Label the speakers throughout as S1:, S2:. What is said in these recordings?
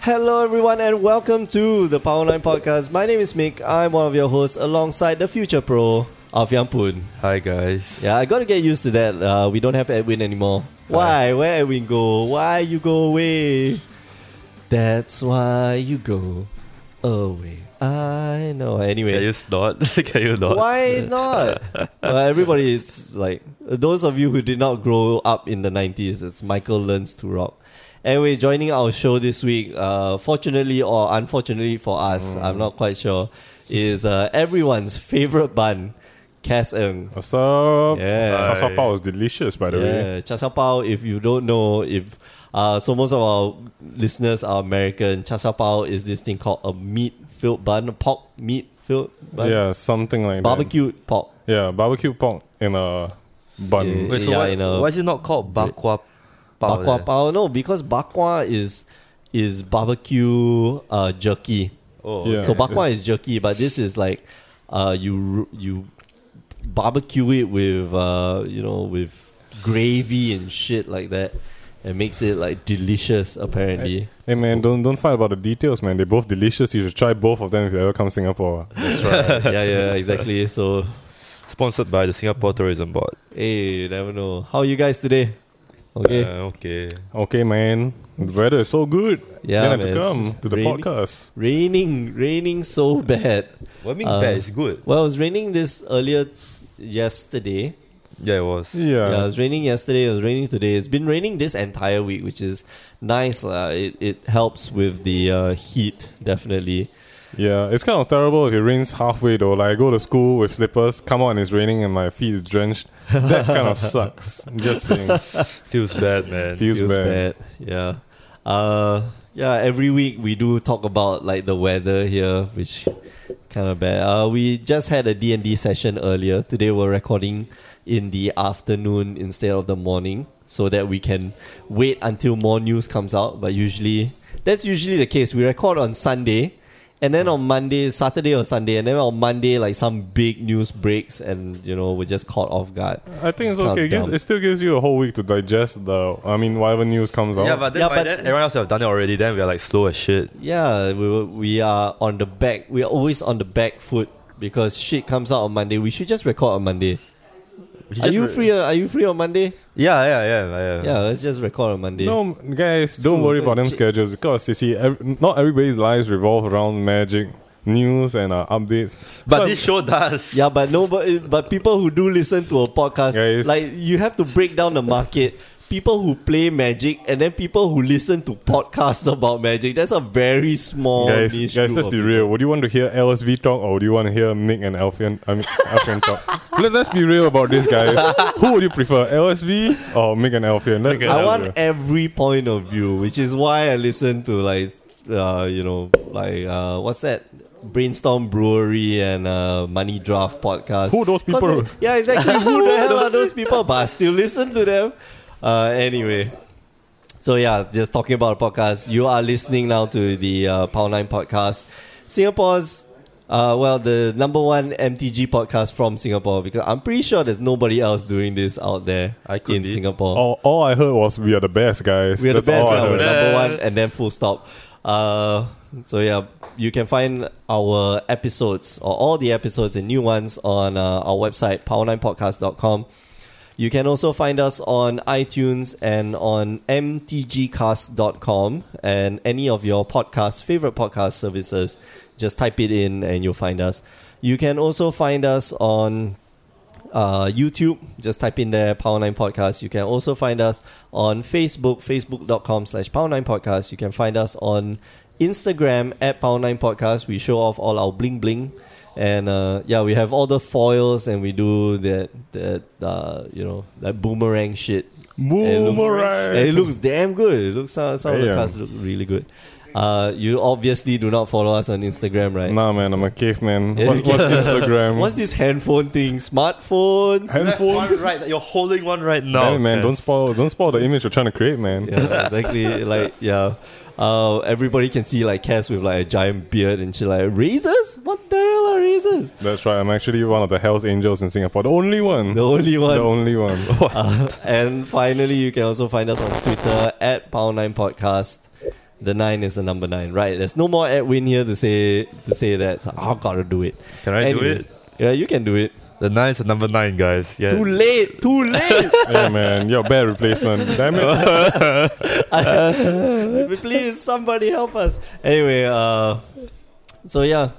S1: Hello, everyone, and welcome to the Power Line Podcast. My name is Mick. I'm one of your hosts alongside the future pro of Yampun.
S2: Hi guys.
S1: Yeah, I gotta get used to that. Uh, we don't have Edwin
S2: Uh.
S1: anymore. Why? Where Edwin go? Why you go away? That's why you go away. I know.
S2: Can
S1: Anyway,
S2: you snort? Can you not?
S1: why not? well, everybody is like those of you who did not grow up in the '90s. It's Michael learns to rock. Anyway, joining our show this week, uh, fortunately or unfortunately for us, I'm not quite sure, is uh, everyone's favorite bun, Cass Eng.
S3: What's up?
S1: Yeah.
S3: Char Sha Bao is delicious, by the way.
S1: Yeah, char Sha Pao, if you don't know, if uh, so most of our listeners are American, char Sha Pao is this thing called a meat filled bun, a pork meat filled bun,
S3: Yeah, something like
S1: barbecued pork.
S3: that. Yeah, barbecue pork in a bun.
S1: Yeah.
S2: Wait, so why,
S1: I know.
S2: why is it not called bakwa pao?
S1: Bakwa
S2: leh?
S1: pao, no, because bakwa is is barbecue uh, jerky.
S2: Oh,
S3: Yeah.
S1: So bakwa is jerky, but this is like uh, you r- you barbecue it with uh, you know with gravy and shit like that, and makes it like delicious apparently.
S3: Hey man, don't don't fight about the details, man. They're both delicious. You should try both of them if you ever come to Singapore.
S1: That's right. yeah, yeah, exactly. So,
S2: Sponsored by the Singapore Tourism Board.
S1: hey, you never know. How are you guys today? Okay.
S2: Uh, okay.
S3: Okay, man. The weather is so good.
S1: Yeah,
S3: Then I have
S1: man,
S3: to
S1: it's
S3: come to the
S1: raining.
S3: podcast.
S1: raining, raining so bad.
S2: What I mean
S1: Uh,
S2: bad is good.
S1: Well, it was raining this earlier yesterday.
S2: Yeah, it was.
S3: Yeah.
S1: Yeah, it was raining yesterday. It was raining today. It's been raining this entire week, which is nice. lah. It it helps with the uh, heat definitely.
S3: Yeah, it's kind of terrible if it rains halfway though. Like I go to school with slippers, come out and it's raining and my feet is drenched. That kind of sucks. Just saying.
S2: Feels bad, man.
S3: Feels,
S1: Feels bad.
S3: bad.
S1: Yeah. Uh. Yeah. Every week we do talk about like the weather here, which kind of bad. Uh. We just had a D and D session earlier today. We're recording in the afternoon instead of the morning, so that we can wait until more news comes out. But usually, that's usually the case. We record on Sunday. And then on Monday, Saturday or Sunday, and then on Monday, like some big news breaks, and you know we're just caught off guard.
S3: I think it's
S1: It's kinda
S3: okay. It, gives,
S1: dumb.
S3: it still gives you a whole week to digest the. I mean, whatever news comes out.
S2: Yeah, but then
S1: Yeah,
S2: by
S1: but-
S2: then everyone else have done it already. Then we are like slow as shit.
S1: Yeah, we were- we are on the back. We are always on the back foot because shit comes out on Monday. We should just record on Monday.
S2: We
S1: Are
S2: just
S1: you
S2: re-
S1: free? uh, Are you free on Monday?
S2: Yeah, yeah, yeah, yeah.
S1: Yeah, let's just record on Monday.
S3: no, guys, don't
S1: Ooh,
S3: worry about them
S1: magic.
S3: schedules because you see, ev- not everybody's lives revolve around magic news and uh, updates.
S2: But
S3: So
S2: this show does.
S1: Yeah, but no, but, but people who do listen to a podcast,
S3: Guys.
S1: like you have to break down the market. People who play magic and then people who listen to podcasts about magic. That's a very small
S3: guys,
S1: niche
S3: guys,
S1: group
S3: let's
S1: of
S3: be
S1: people.
S3: real. Would you want to hear LSV talk or would you want to hear Mick and Alfian? I mean, Alfian talk. Let, us be real about this, guys. Who would you prefer, LSV or Mick and Alfian? Let-
S2: Mick and
S3: let's
S1: I
S3: be
S1: want
S3: real.
S1: every point of view, which is why I listen to like uh, you know, like uh, what's that? Brainstorm Brewery and uh, Money Draft podcast.
S3: Who those people?
S1: Because they- yeah, exactly. Who the hell are those people? But I still listen to them. Uh, anyway, so yeah, just talking about a podcast. You are listening now to the uh, Power Nine podcast, Singapore's. Uh, well, the number one MTG podcast from Singapore because I'm pretty sure there's nobody else doing this out there
S2: I could
S1: in
S2: be.
S1: Singapore.
S3: all, all I heard was we are the best, guys.
S1: We're the
S3: That's
S1: best,
S3: all I
S1: yeah, we're
S3: heard.
S1: number
S2: Yeah.
S1: one, and then full stop. Uh, so yeah, you can find our episodes or all the episodes and new ones on uh, our website power9podcast.com. You can also find us on iTunes and on mtgcast.com and any of your podcast favorite podcast services. Just type it in and you'll find us. You can also find us on uh, YouTube. Just type in there Power Nine Podcast. You can also find us on Facebook, facebook.com slash Power Nine Podcast. You can find us on Instagram at Power Nine Podcast. We show off all our bling bling. And uh, yeah, we have all the foils and we do that, that uh, you know, that boomerang shit.
S3: Boomerang.
S1: And it looks damn good. It looks uh, some, some of the
S3: Damn.
S1: cards look really good. Uh, you obviously do not follow us on Instagram, right?
S3: Nah, man, I'm a caveman.
S1: Yeah.
S3: What's, what's Instagram?
S1: What's this handphone thing? Smartphones?
S3: handphone?
S2: One right, you're holding one right now.
S3: Damn it, man, don't spoil, don't spoil the image you're trying to create, man.
S1: yeah, exactly. like, yeah. Uh, everybody can see like Cass with like a giant beard, and she like razors. What the hell are razors?
S3: That's right. I'm actually one of the Hell's Angels in Singapore. The only one.
S1: The only one.
S3: The only one.
S1: Uh, and finally, you can also find us on Twitter at Power Nine Podcast. The nine is the number nine, right? There's no more Edwin here to say to say that. So I gotta do it.
S2: Can I do
S1: Anyway.
S2: it?
S1: Yeah, you can do it.
S2: The nine is the number nine, guys. Yeah.
S1: Too late. Too late.
S3: hey man, you're bad replacement. Damn it.
S1: Please, somebody help us. Anyway, uh, so yeah,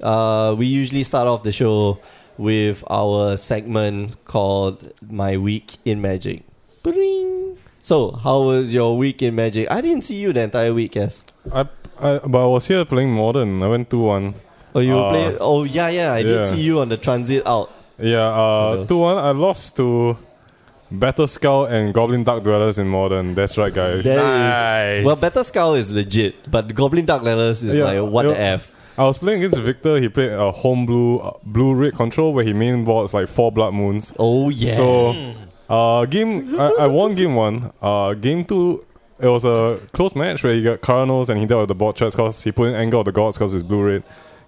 S1: uh, we usually start off the show with our segment called "My Week in Magic." Bring. So, how was your week in Magic? I didn't see you the entire week, yes.
S3: I, I but I was here playing modern. I went two one.
S1: Oh, you
S3: Uh,
S1: play? Oh, yeah, yeah. I did
S3: yeah.
S1: see you on the transit out.
S3: Yeah,
S1: Who
S3: uh
S1: else?
S3: two one I lost to Battle Skull and Goblin Dark Dwellers in modern. That's right guys.
S1: That is-
S2: Nice.
S1: well, Better Skull is legit, but Goblin Dark Letters is
S3: Yeah,
S1: like what the
S3: yeah.
S1: f.
S3: I was playing against Victor, he played a home blue uh, blue red control where he main boards like four blood moons.
S1: Oh yeah.
S3: So, uh, game I, I won game one. Uh, game two, it was a close match where he got Cardinals and he dealt with the board threats because he put in Anger of the Gods because it's blue red.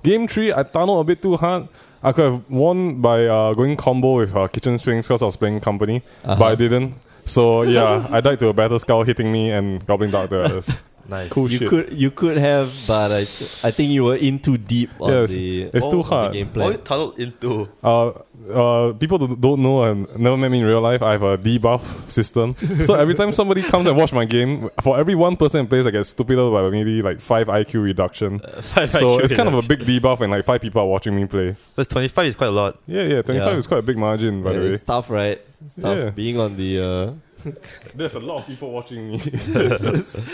S3: Game three, I tunneled a bit too hard. I could have won by uh, going combo with uh, Kitchen Swings because I was playing company, but
S1: Uh-huh.
S3: I didn't. So yeah, I died to a battle skull hitting me and gobbling down the others.
S2: nice.
S3: Cool
S1: you
S3: Oh, shit.
S1: could you could have, but I, I think you were in too deep on
S3: Yes,
S1: the
S3: it's
S1: on
S3: too
S1: the
S3: hard.
S2: What you
S1: gameplay.
S2: tunneled into?
S3: Uh, uh, people that don't know and never met me in real life. I have a debuff system, so every time somebody comes and watch my game, for every one person plays, I get stupider by maybe like five IQ reduction. so it's kind of a big debuff, and like five people are watching me play.
S2: But twenty-five is quite a lot.
S3: Yeah, yeah, twenty five
S1: Yeah.
S3: is quite a big margin, by
S1: Yeah,
S3: the way.
S1: it's tough, right? It's tough
S3: Yeah.
S1: being on the. Uh,
S3: There's a lot of people watching me.
S2: This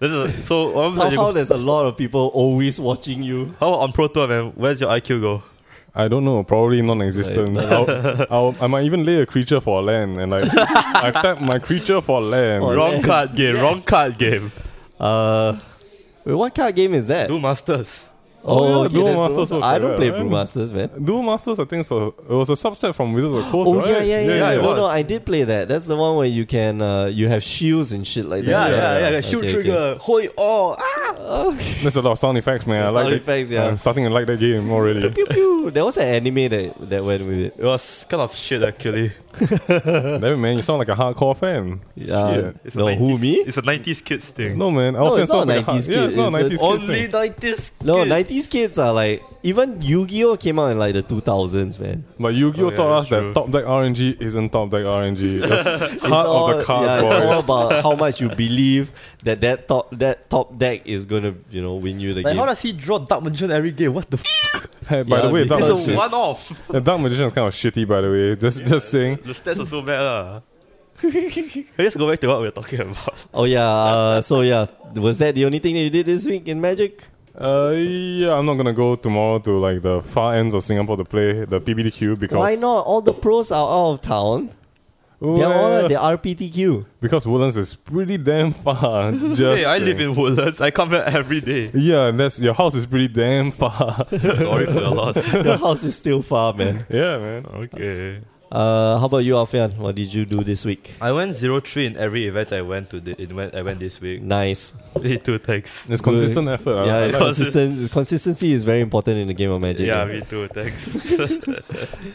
S2: is so. what was that you-
S1: somehow there's a lot of people always watching you.
S2: How about on Pro Tour, man? Where's your IQ go?
S3: I don't know, probably non-existent. I'll, I'll, I might even lay a creature for a land, and like I tap my creature for land.
S1: Or-
S2: Wrong
S1: yes.
S2: card game. Wrong card game.
S1: Uh, wait, what kind of game is that?
S2: Do masters.
S3: Oh, yeah,
S1: okay,
S3: Duel
S1: there's
S3: Masters
S1: Brewmasters.
S3: also,
S1: I don't
S3: yeah,
S1: play
S3: right?
S1: Brewmasters, man.
S3: Duel Masters, I think so. It was a subset from Wizards of the Coast,
S1: Oh
S3: right?
S1: yeah, yeah, yeah.
S2: yeah, it
S1: no,
S2: was.
S1: no, I did play that. That's the one where you can uh, you have shields and shit like
S2: Yeah,
S1: that.
S2: yeah, yeah. Shoot
S1: Okay, okay.
S2: trigger. Hold all. Ah!
S3: There's a lot of sound effects, man. I like
S1: Sound
S3: it.
S1: effects, yeah.
S3: I'm starting to like that game already.
S1: Pew, pew. There was an anime that that went with it.
S2: It was kind of shit actually.
S3: Damn, man, you sound like a hardcore fan.
S1: Uh,
S3: Shit.
S2: It's a
S1: no,
S2: 90s,
S1: who me?
S2: It's a nineties kids thing.
S3: No, man, our
S1: No,
S3: fan
S1: it's
S3: sounds
S1: not
S3: like a hard-
S1: 90s
S3: Yeah, it's
S1: kid, it's
S3: not
S1: a-
S3: 90s kids.
S2: Only
S3: thing.
S2: nineties.
S1: No,
S2: kids.
S1: 90s kids are like even Yu-Gi-Oh came out in like the 2000s, man.
S3: But Yu-Gi-Oh
S2: Oh, yeah,
S3: taught us
S2: that's
S3: that
S2: true.
S3: top deck RNG isn't top deck RNG. That's heart
S1: all,
S3: of the cards,
S1: yeah,
S3: boys.
S1: it's all about how much you believe that that top that top deck is gonna you know win you the
S2: Like, how
S1: game.
S2: does he draw Dark Magician every game? What the f?
S3: Hey, by
S1: Yeah,
S3: the way, Dark
S1: because-
S2: It's
S1: Magician.
S2: a
S3: Magician,
S2: one off.
S3: yeah, Dark Magician is kind of shitty. By the way, just just saying.
S2: The stats are so bad. lah. Let's go back to what we were talking about.
S1: Oh yeah, uh, so yeah, was that the only thing that you did this week in Magic?
S3: Uh, yeah, I'm not gonna go tomorrow to like the far ends of Singapore to play the PBDQ because
S1: Why not? All the pros are out of town. They're all
S3: Well,
S1: at the RPTQ.
S3: because Woodlands is pretty damn far. Just
S2: hey, I live
S3: saying.
S2: in Woodlands. I come here every day.
S3: Yeah, and that's your house is pretty damn far.
S2: Sorry for the loss.
S1: the house is still far, man.
S3: yeah, man.
S2: Okay.
S1: Uh, how about you, Alfian? What did you do this week?
S2: I went 0-3 in every event I went to. The, in, went, I went this week.
S1: Nice.
S2: Hey, two thanks.
S3: It's consistent effort. ah. I-
S1: Yeah,
S3: I
S1: it's
S3: like-
S1: consistent. Consistency is very important in the game of Magic. eh?
S2: Yeah, me too. Thanks.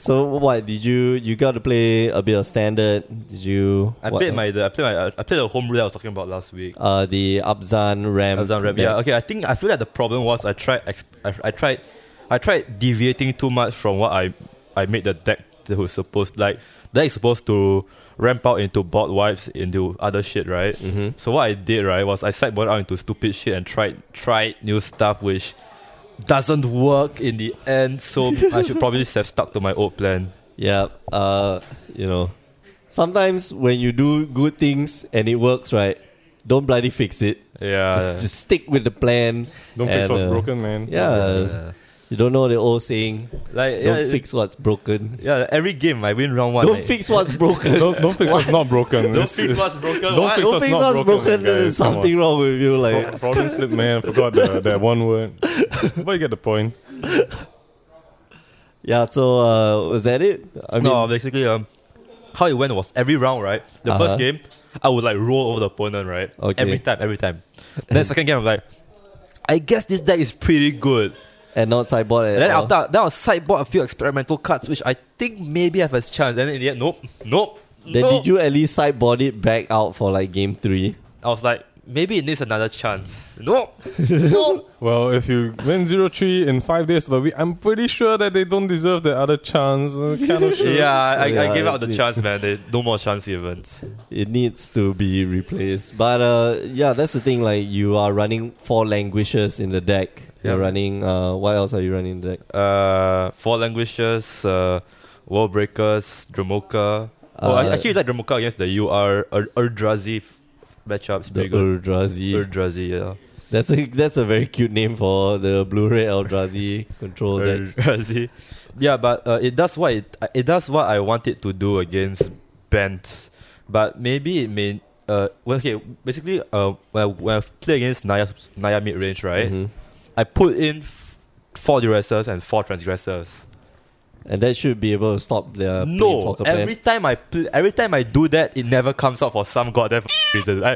S1: So what did you you got to play a bit of standard? Did you?
S2: I
S1: what
S2: played
S1: else?
S2: my the, I played my I played the home rule I was talking about last week.
S1: uh the Abzan Ram.
S2: I was on rep. Yeah, okay. I think I feel that the problem was I tried ex- I, I tried I tried deviating too much from what I I made the deck that was supposed like that is supposed to ramp out into board wipes into other shit, right?
S1: Mm-hmm.
S2: So what I did right was I sideboarded out into stupid shit and tried tried new stuff which doesn't work in the end. So I should probably have stuck to my old plan.
S1: Yeah. Uh, you know, sometimes when you do good things and it works right, don't bloody fix it.
S2: Yeah.
S1: just, just stick with the plan.
S3: Don't fix
S1: And,
S3: what's
S1: uh,
S3: broken, man.
S1: Yeah. You don't know the old saying.
S2: Like
S1: Don't
S2: yeah,
S1: fix what's broken.
S2: Yeah, every game I win round one.
S1: Don't
S2: I-
S1: fix what's broken.
S3: Don't, don't fix what's not broken.
S2: Don't
S3: It's-
S2: fix
S3: it's-
S2: what's broken.
S3: Don't
S2: What?
S3: fix
S1: Don't
S3: what's
S1: fix
S3: not
S1: what's
S3: broken,
S1: broken. There's
S3: guys. Come on.
S1: something wrong with you. Like
S3: Pro- Probably slip, man. I forgot the, that one word. But you get the point.
S1: yeah. So uh, was that it? I mean,
S2: no, basically, um, how it went was every round, right? The
S1: Uh-huh.
S2: first game, I would like roll over the opponent, right?
S1: Okay.
S2: Every time, every time. Then second game, I'm like, I guess this deck is pretty good.
S1: and not sideboard. At
S2: And then
S1: all.
S2: after that, I was sideboard a few experimental cards, which I think maybe I have a chance. And then in the end, nope, nope.
S1: Then
S2: nope.
S1: did you at least sideboard it back out for like game three?
S2: I was like, maybe it needs another chance. No,
S3: Well, if you win 0-3 in five days of the week, I'm pretty sure that they don't deserve the other chance. Uh, kind of sure.
S2: yeah, I,
S1: yeah,
S2: I gave out the
S1: it's-
S2: chance, man. They, no more chance events.
S1: it needs to be replaced. But uh, yeah, that's the thing. Like you are running four languishes in the deck. You're
S2: Yeah.
S1: running. Uh, what else are you running in the deck?
S2: Uh, four languages, uh, wall breakers, Dramoka. oh, I
S1: Uh,
S2: actually like Dramoka against the UR Ur- Urdrazi matchups.
S1: The
S2: Pretty good.
S1: Eldrazi.
S2: Urdrazi, yeah.
S1: that's a that's a very cute name for the Blu-ray Eldrazi control decks.
S2: Urdrazi. Yeah, but uh, it does what it, it does what I want it to do against Bent, but maybe it may. Uh, well, okay. Basically, uh, when I, when I play against Naya Naya mid range, right?
S1: Mhm.
S2: I put in f- four duressors and four transgressors.
S1: And that should be able to stop the
S2: no,
S1: planeswalker
S2: every
S1: plans.
S2: time I pl- every time I do that, it never comes out for some goddamn reason. I,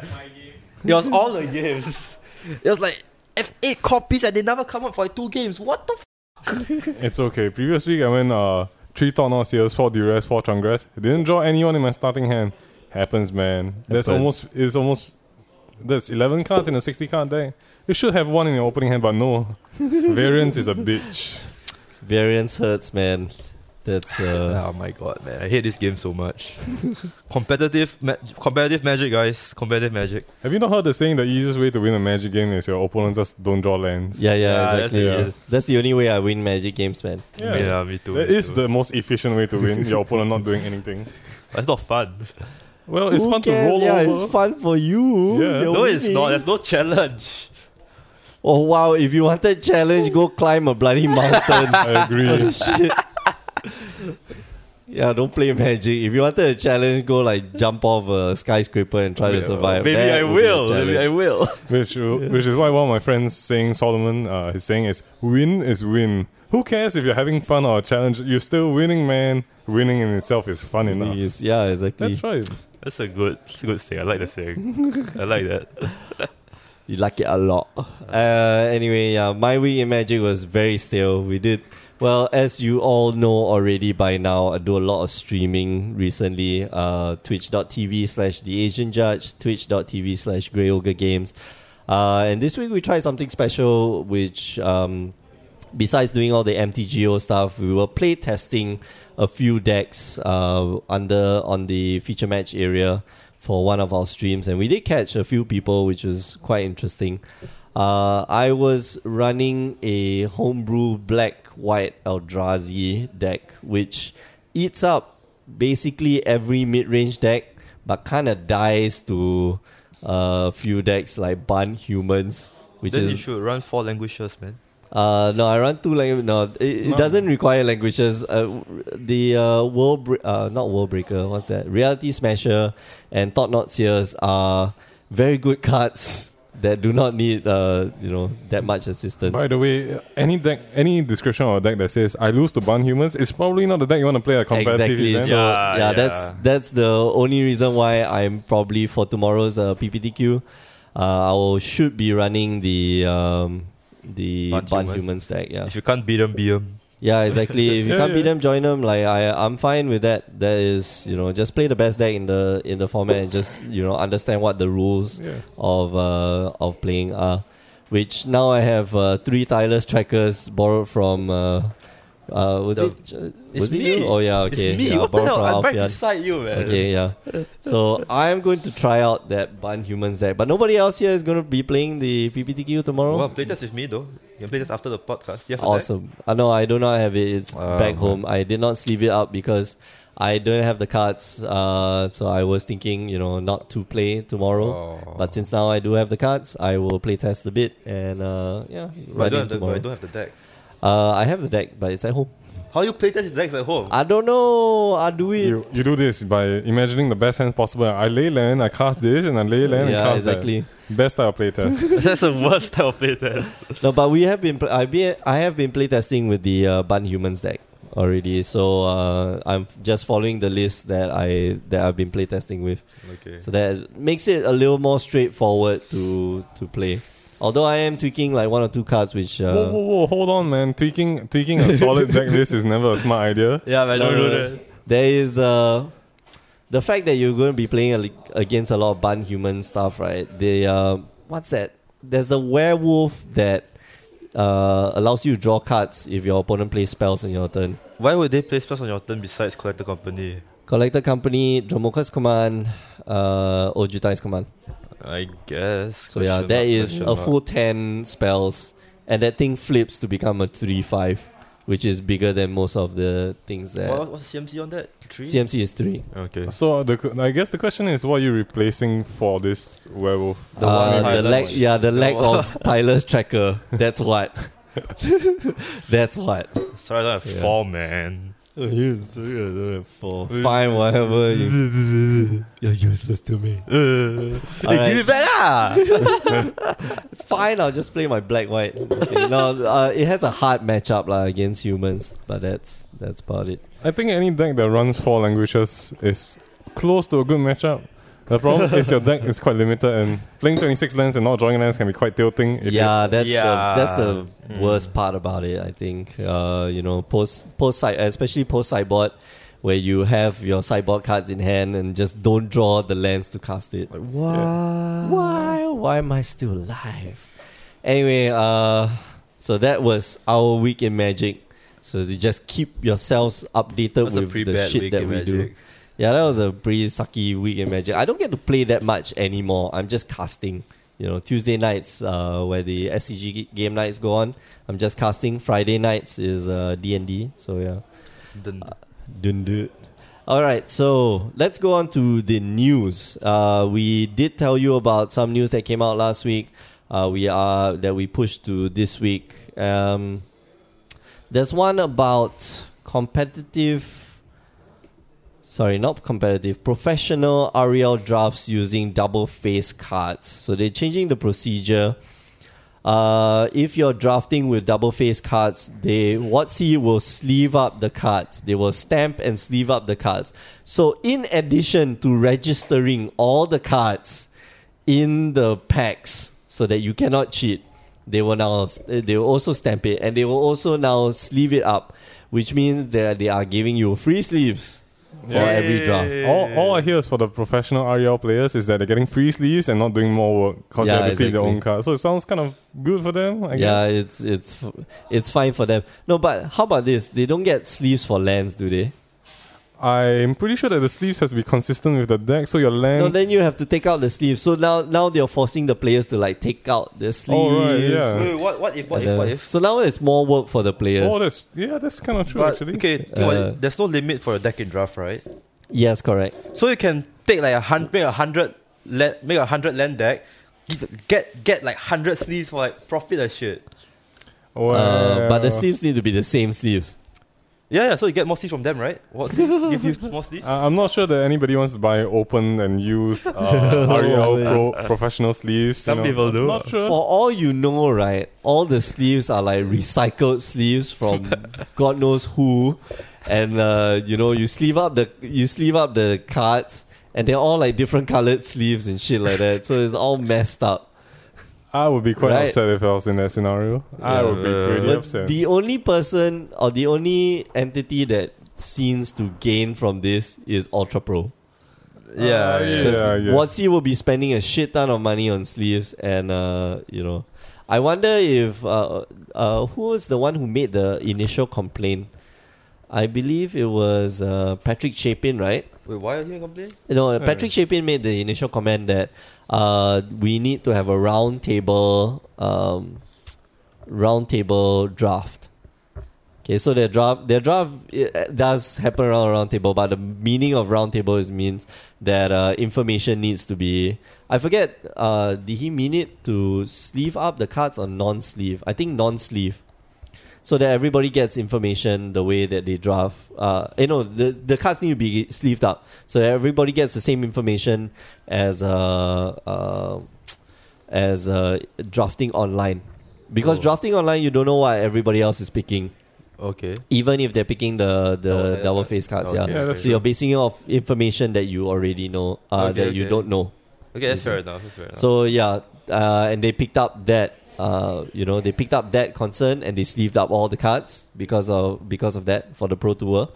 S2: it was all the games. It was like F eight copies and they never come out for like two games. What the? F-
S3: It's okay. Previous week, I went uh, 3 Tornos years, 4 Duress, 4 Transgress. Didn't draw anyone in my starting hand. Happens, man.
S1: Happens.
S3: That's almost... It's almost... That's 11 cards in a 60 card deck. You should have one in your opening hand, but no. Variance is a bitch.
S1: Variance hurts, man. That's uh,
S2: oh my god, man! I hate this game so much. competitive, ma- competitive magic, guys. Competitive magic.
S3: Have you not heard the saying the easiest way to win a magic game is your opponent just don't draw lands?
S1: yeah, yeah,
S2: Yeah, that's
S1: exactly.
S2: the-
S1: That's, that's the only way I win Magic games, man.
S2: Yeah, me too.
S3: That
S2: me
S3: is
S2: too.
S3: the most efficient way to win. Your opponent not doing anything.
S2: That's not fun.
S3: Well, it's
S1: Who
S3: fun
S1: cares?
S3: to roll
S1: yeah,
S3: over.
S1: it's fun for you.
S3: Yeah.
S1: You're
S2: No, it's
S1: winning.
S2: not. There's no challenge.
S1: Oh wow! If you wanted challenge, go climb a bloody mountain.
S3: I agree.
S1: Shit. Yeah, don't play magic. If you wanted a challenge, go like jump off a skyscraper and try to survive.
S2: Maybe
S1: That
S2: I
S1: would be a
S2: will. Maybe I
S1: challenge.
S2: will.
S3: which which is why one of my friends saying Solomon, uh, his saying is win is win. Who cares if you're having fun or a challenge? You're still winning, man. Winning in itself is fun enough.
S1: Yes, yeah, exactly.
S3: That's right.
S2: That's a good, that's a good saying. I like the saying. I like that.
S1: You like it a lot. Uh, anyway, yeah, my week in magic was very stale. We did well, as you all know already by now. I do a lot of streaming recently. Uh, Twitch.tv slash The Asian Judge, Twitch.tv slash Grey Ogre Games. Uh, and this week we tried something special, which um, besides doing all the MTGO stuff, we were play testing a few decks uh, under on the feature match area for one of our streams, and we did catch a few people, which was quite interesting. Uh, I was running a homebrew black white Eldrazi deck, which eats up basically every mid range deck, but kind of dies to a few decks like Bun Humans, which
S2: then
S1: is
S2: you should run four languages, man.
S1: uh, no, I run two languages. No, it, it
S3: No.
S1: doesn't require languages. Uh, w- the uh, world, bre- uh, not world breaker. What's that? Reality Smasher and Thought Not Seers are very good cards that do not need uh, you know that much assistance.
S3: By the way, any deck, any description of a deck that says I lose to ban humans is probably not the deck you want to play a competitive
S1: exactly.
S3: event.
S1: So yeah,
S2: Yeah, yeah.
S1: that's that's the only reason why I'm probably for tomorrow's uh, PPTQ. Uh, I will, should be running the um, the
S2: Bun
S1: Bun
S2: Human.
S1: Human stack. Yeah.
S2: If you can't beat them, beat them.
S1: Yeah, exactly. If you
S3: Yeah,
S1: can't beat
S3: yeah.
S1: them, join them. Like I, I'm fine with that. That is, you know, just play the best deck in the in the format and just you know understand what the rules
S3: Yeah.
S1: of uh, of playing are. Which now I have uh, three Tyler's trackers borrowed from. Uh, uh, was
S2: The-
S1: it? uh, Was it you? Oh yeah, okay.
S2: It's me.
S1: Yeah,
S2: what the
S1: borrowed
S2: hell?
S1: from
S2: I'm right
S1: Alfian.
S2: beside you, man.
S1: Okay, yeah. So I'm going to try out that Bun Humans deck, but nobody else here is going to be playing the PPTQ tomorrow.
S2: Well, play this with me though. You can play this after the podcast. You have a deck?
S1: Awesome. Uh, no, I do not have it. It's
S2: Oh,
S1: back
S2: man.
S1: home. I did not sleeve it up because I don't have the cards. Uh, so I was thinking, you know, not to play tomorrow.
S2: Oh.
S1: But since now I do have the cards, I will play test a bit and uh, yeah,
S2: But
S1: run
S2: I, don't
S1: in
S2: have the, but
S1: tomorrow.
S2: I don't have the deck.
S1: uh, I have the deck, but it's at home.
S2: How you play test the decks at home?
S1: I don't know. I do it.
S3: You, you do this by imagining the best hands possible. I lay land, I cast this, and I lay land and
S1: yeah,
S3: cast
S1: exactly.
S3: that. Best style of playtest.
S2: That's the worst type of play test.
S1: No, but we have been. Pl- I be. I have been playtesting with the uh, Bun Humans deck already. So uh, I'm just following the list that I that I've been playtesting with.
S2: Okay.
S1: So that makes it a little more straightforward to to play. Although I am tweaking like one or two cards, which uh,
S3: whoa, whoa, whoa! Hold on, man. Tweaking, tweaking a solid deck list is never a smart idea.
S2: Yeah, man.
S1: No,
S2: Don't
S1: no,
S2: do
S1: no.
S2: that.
S1: there is uh, the fact that you're going to be playing a- against a lot of bun human stuff, right? They uh, what's that? There's a werewolf that uh, allows you to draw cards if your opponent plays spells in your turn.
S2: Why would they play spells on your turn besides Collector Company?
S1: Collector Company, Dromoka's command, uh, Ojutai's command.
S2: I guess.
S1: So yeah,
S2: question
S1: that
S2: mark,
S1: is
S2: question
S1: a
S2: mark.
S1: full ten spells, and that thing flips to become a three five, which is bigger than most of the things that
S2: What, what's the CMC on that? Three.
S1: CMC is three.
S2: Okay.
S3: So the, que- I guess the question is, what are you replacing for this werewolf?
S2: The
S1: uh,
S2: one
S1: the
S2: Tyler's-
S1: lag, yeah, the
S2: the
S1: lag
S2: one-
S1: of Tyler's tracker. That's what. That's what.
S2: Sorry, I don't have
S1: Yeah.
S2: four, man.
S1: Four. Fine, whatever. You, you're useless to me.
S2: Hey, give it back ah!
S1: Fine, I'll just play my black white. no, uh, it has a hard matchup lah against humans, but that's that's about it.
S3: I think any deck that runs four languages is close to a good matchup. The problem is your deck is quite limited, and playing 26 lands and not drawing lands can be quite tilting. if you-
S1: yeah, that's
S2: Yeah.
S1: the that's the
S2: Mm.
S1: worst part about it. I think uh, you know post post side, especially post sideboard, where you have your sideboard cards in hand and just don't draw the lands to cast it.
S2: what?
S1: Why? Why am I still alive? Anyway, uh, so that was our week in Magic. So you just keep yourselves updated
S2: That's a
S1: with
S2: pretty
S1: the
S2: bad
S1: shit that
S2: weekend
S1: we do.
S2: magic.
S1: Yeah, that was a pretty sucky week in Magic. I don't get to play that much anymore. I'm just casting. You know, Tuesday nights uh, where the SCG g- game nights go on, I'm just casting. Friday nights is uh, D&D. So yeah.
S2: Dun-
S1: Dun dun. All right, so let's go on to the news. Uh, we did tell you about some news that came out last week. Uh, we are that we pushed to this week. Um, there's one about competitive. Sorry, not competitive. Professional Ariel drafts using double face cards. So they're changing the procedure. Uh, if you're drafting with double face cards, they WotC will sleeve up the cards. They will stamp and sleeve up the cards. So in addition to registering all the cards in the packs so that you cannot cheat, they will now they will also stamp it and they will also now sleeve it up, which means that they are giving you free sleeves for
S3: Yeah.
S1: every draft.
S3: All, all I hear is for the professional REL players is that they're getting free sleeves and not doing more work because
S1: Yeah,
S3: they have to sleeve their
S1: exactly.
S3: own cards. So it sounds kind of good for them, I
S1: yeah,
S3: guess.
S1: it's it's f- it's fine for them. No, but how about this? They don't get sleeves for lands, do they?
S3: I'm pretty sure that the sleeves has to be consistent with the deck, so your land.
S1: no, then you have to take out the sleeves. So now, now they're forcing the players to like take out the sleeves.
S3: Oh, right, yeah.
S2: Wait, what, what if, what
S1: And, uh,
S2: if, what if?
S1: So now it's more work for the players.
S3: Oh, that's yeah, that's kind of true
S2: But,
S3: actually.
S2: okay, think about it. there's no limit for a deck in draft, right?
S1: yes, correct.
S2: So you can take like a hundred, make a hundred, land, make a hundred land deck, give- get get like hundred sleeves for like profit and shit.
S1: Uh, but the
S3: Well,
S1: sleeves need to be the same sleeves.
S2: Yeah, yeah. So you get more sleeves from them, right? What sleeves? give you more sleeves?
S3: I- Uh, I'm not sure that anybody wants to buy open and used uh,
S1: Oh,
S3: REL
S1: yeah.
S3: pro professional sleeves. you
S2: Some
S3: know.
S2: people do.
S3: Not sure.
S1: For all you know, right? All the sleeves are like recycled sleeves from God knows who, and uh, you know you sleeve up the you sleeve up the cards, and they're all like different colored sleeves and shit like that. So it's all messed up.
S3: I would be quite
S1: Right.
S3: upset if I was in that scenario. I would be
S2: Yeah.
S3: pretty
S1: But
S3: upset.
S1: the only person or the only entity that seems to gain from this is Ultra Pro.
S2: yeah,
S3: yeah.
S2: yeah.
S3: Yeah, I guess.
S1: Watsi will be spending a shit ton of money on sleeves, and uh, you know, I wonder if uh, uh, who was the one who made the initial complaint? I believe it was uh, Patrick Chapin, right?
S2: Wait, why are you complaining?
S1: You know,
S3: Hmm.
S1: Patrick Chapin made the initial comment that uh, we need to have a round table, um, round table draft. Okay, so their draft, their draft it uh, does happen around a round table, but the meaning of round table is means that uh, information needs to be. I forget. Uh, did he mean it to sleeve up the cards or non-sleeve? I think non-sleeve, so that everybody gets information the way that they draft. Uh, you know, the the cards need to be sleeved up so that everybody gets the same information as uh, uh as uh drafting online because
S2: Oh.
S1: drafting online you don't know what everybody else is picking
S2: Okay.
S1: even if they're picking the the
S2: Double-
S1: double face cards
S2: okay,
S1: yeah
S3: Oh, Yeah, that's
S1: so you're basing it off information that you already know uh,
S2: Okay,
S1: that you
S2: okay.
S1: don't know
S2: Okay, that's fair enough. That's fair enough.
S1: so yeah uh, and they picked up that uh, you know they picked up that concern and they sleeved up all the cards because of because of that for the pro tour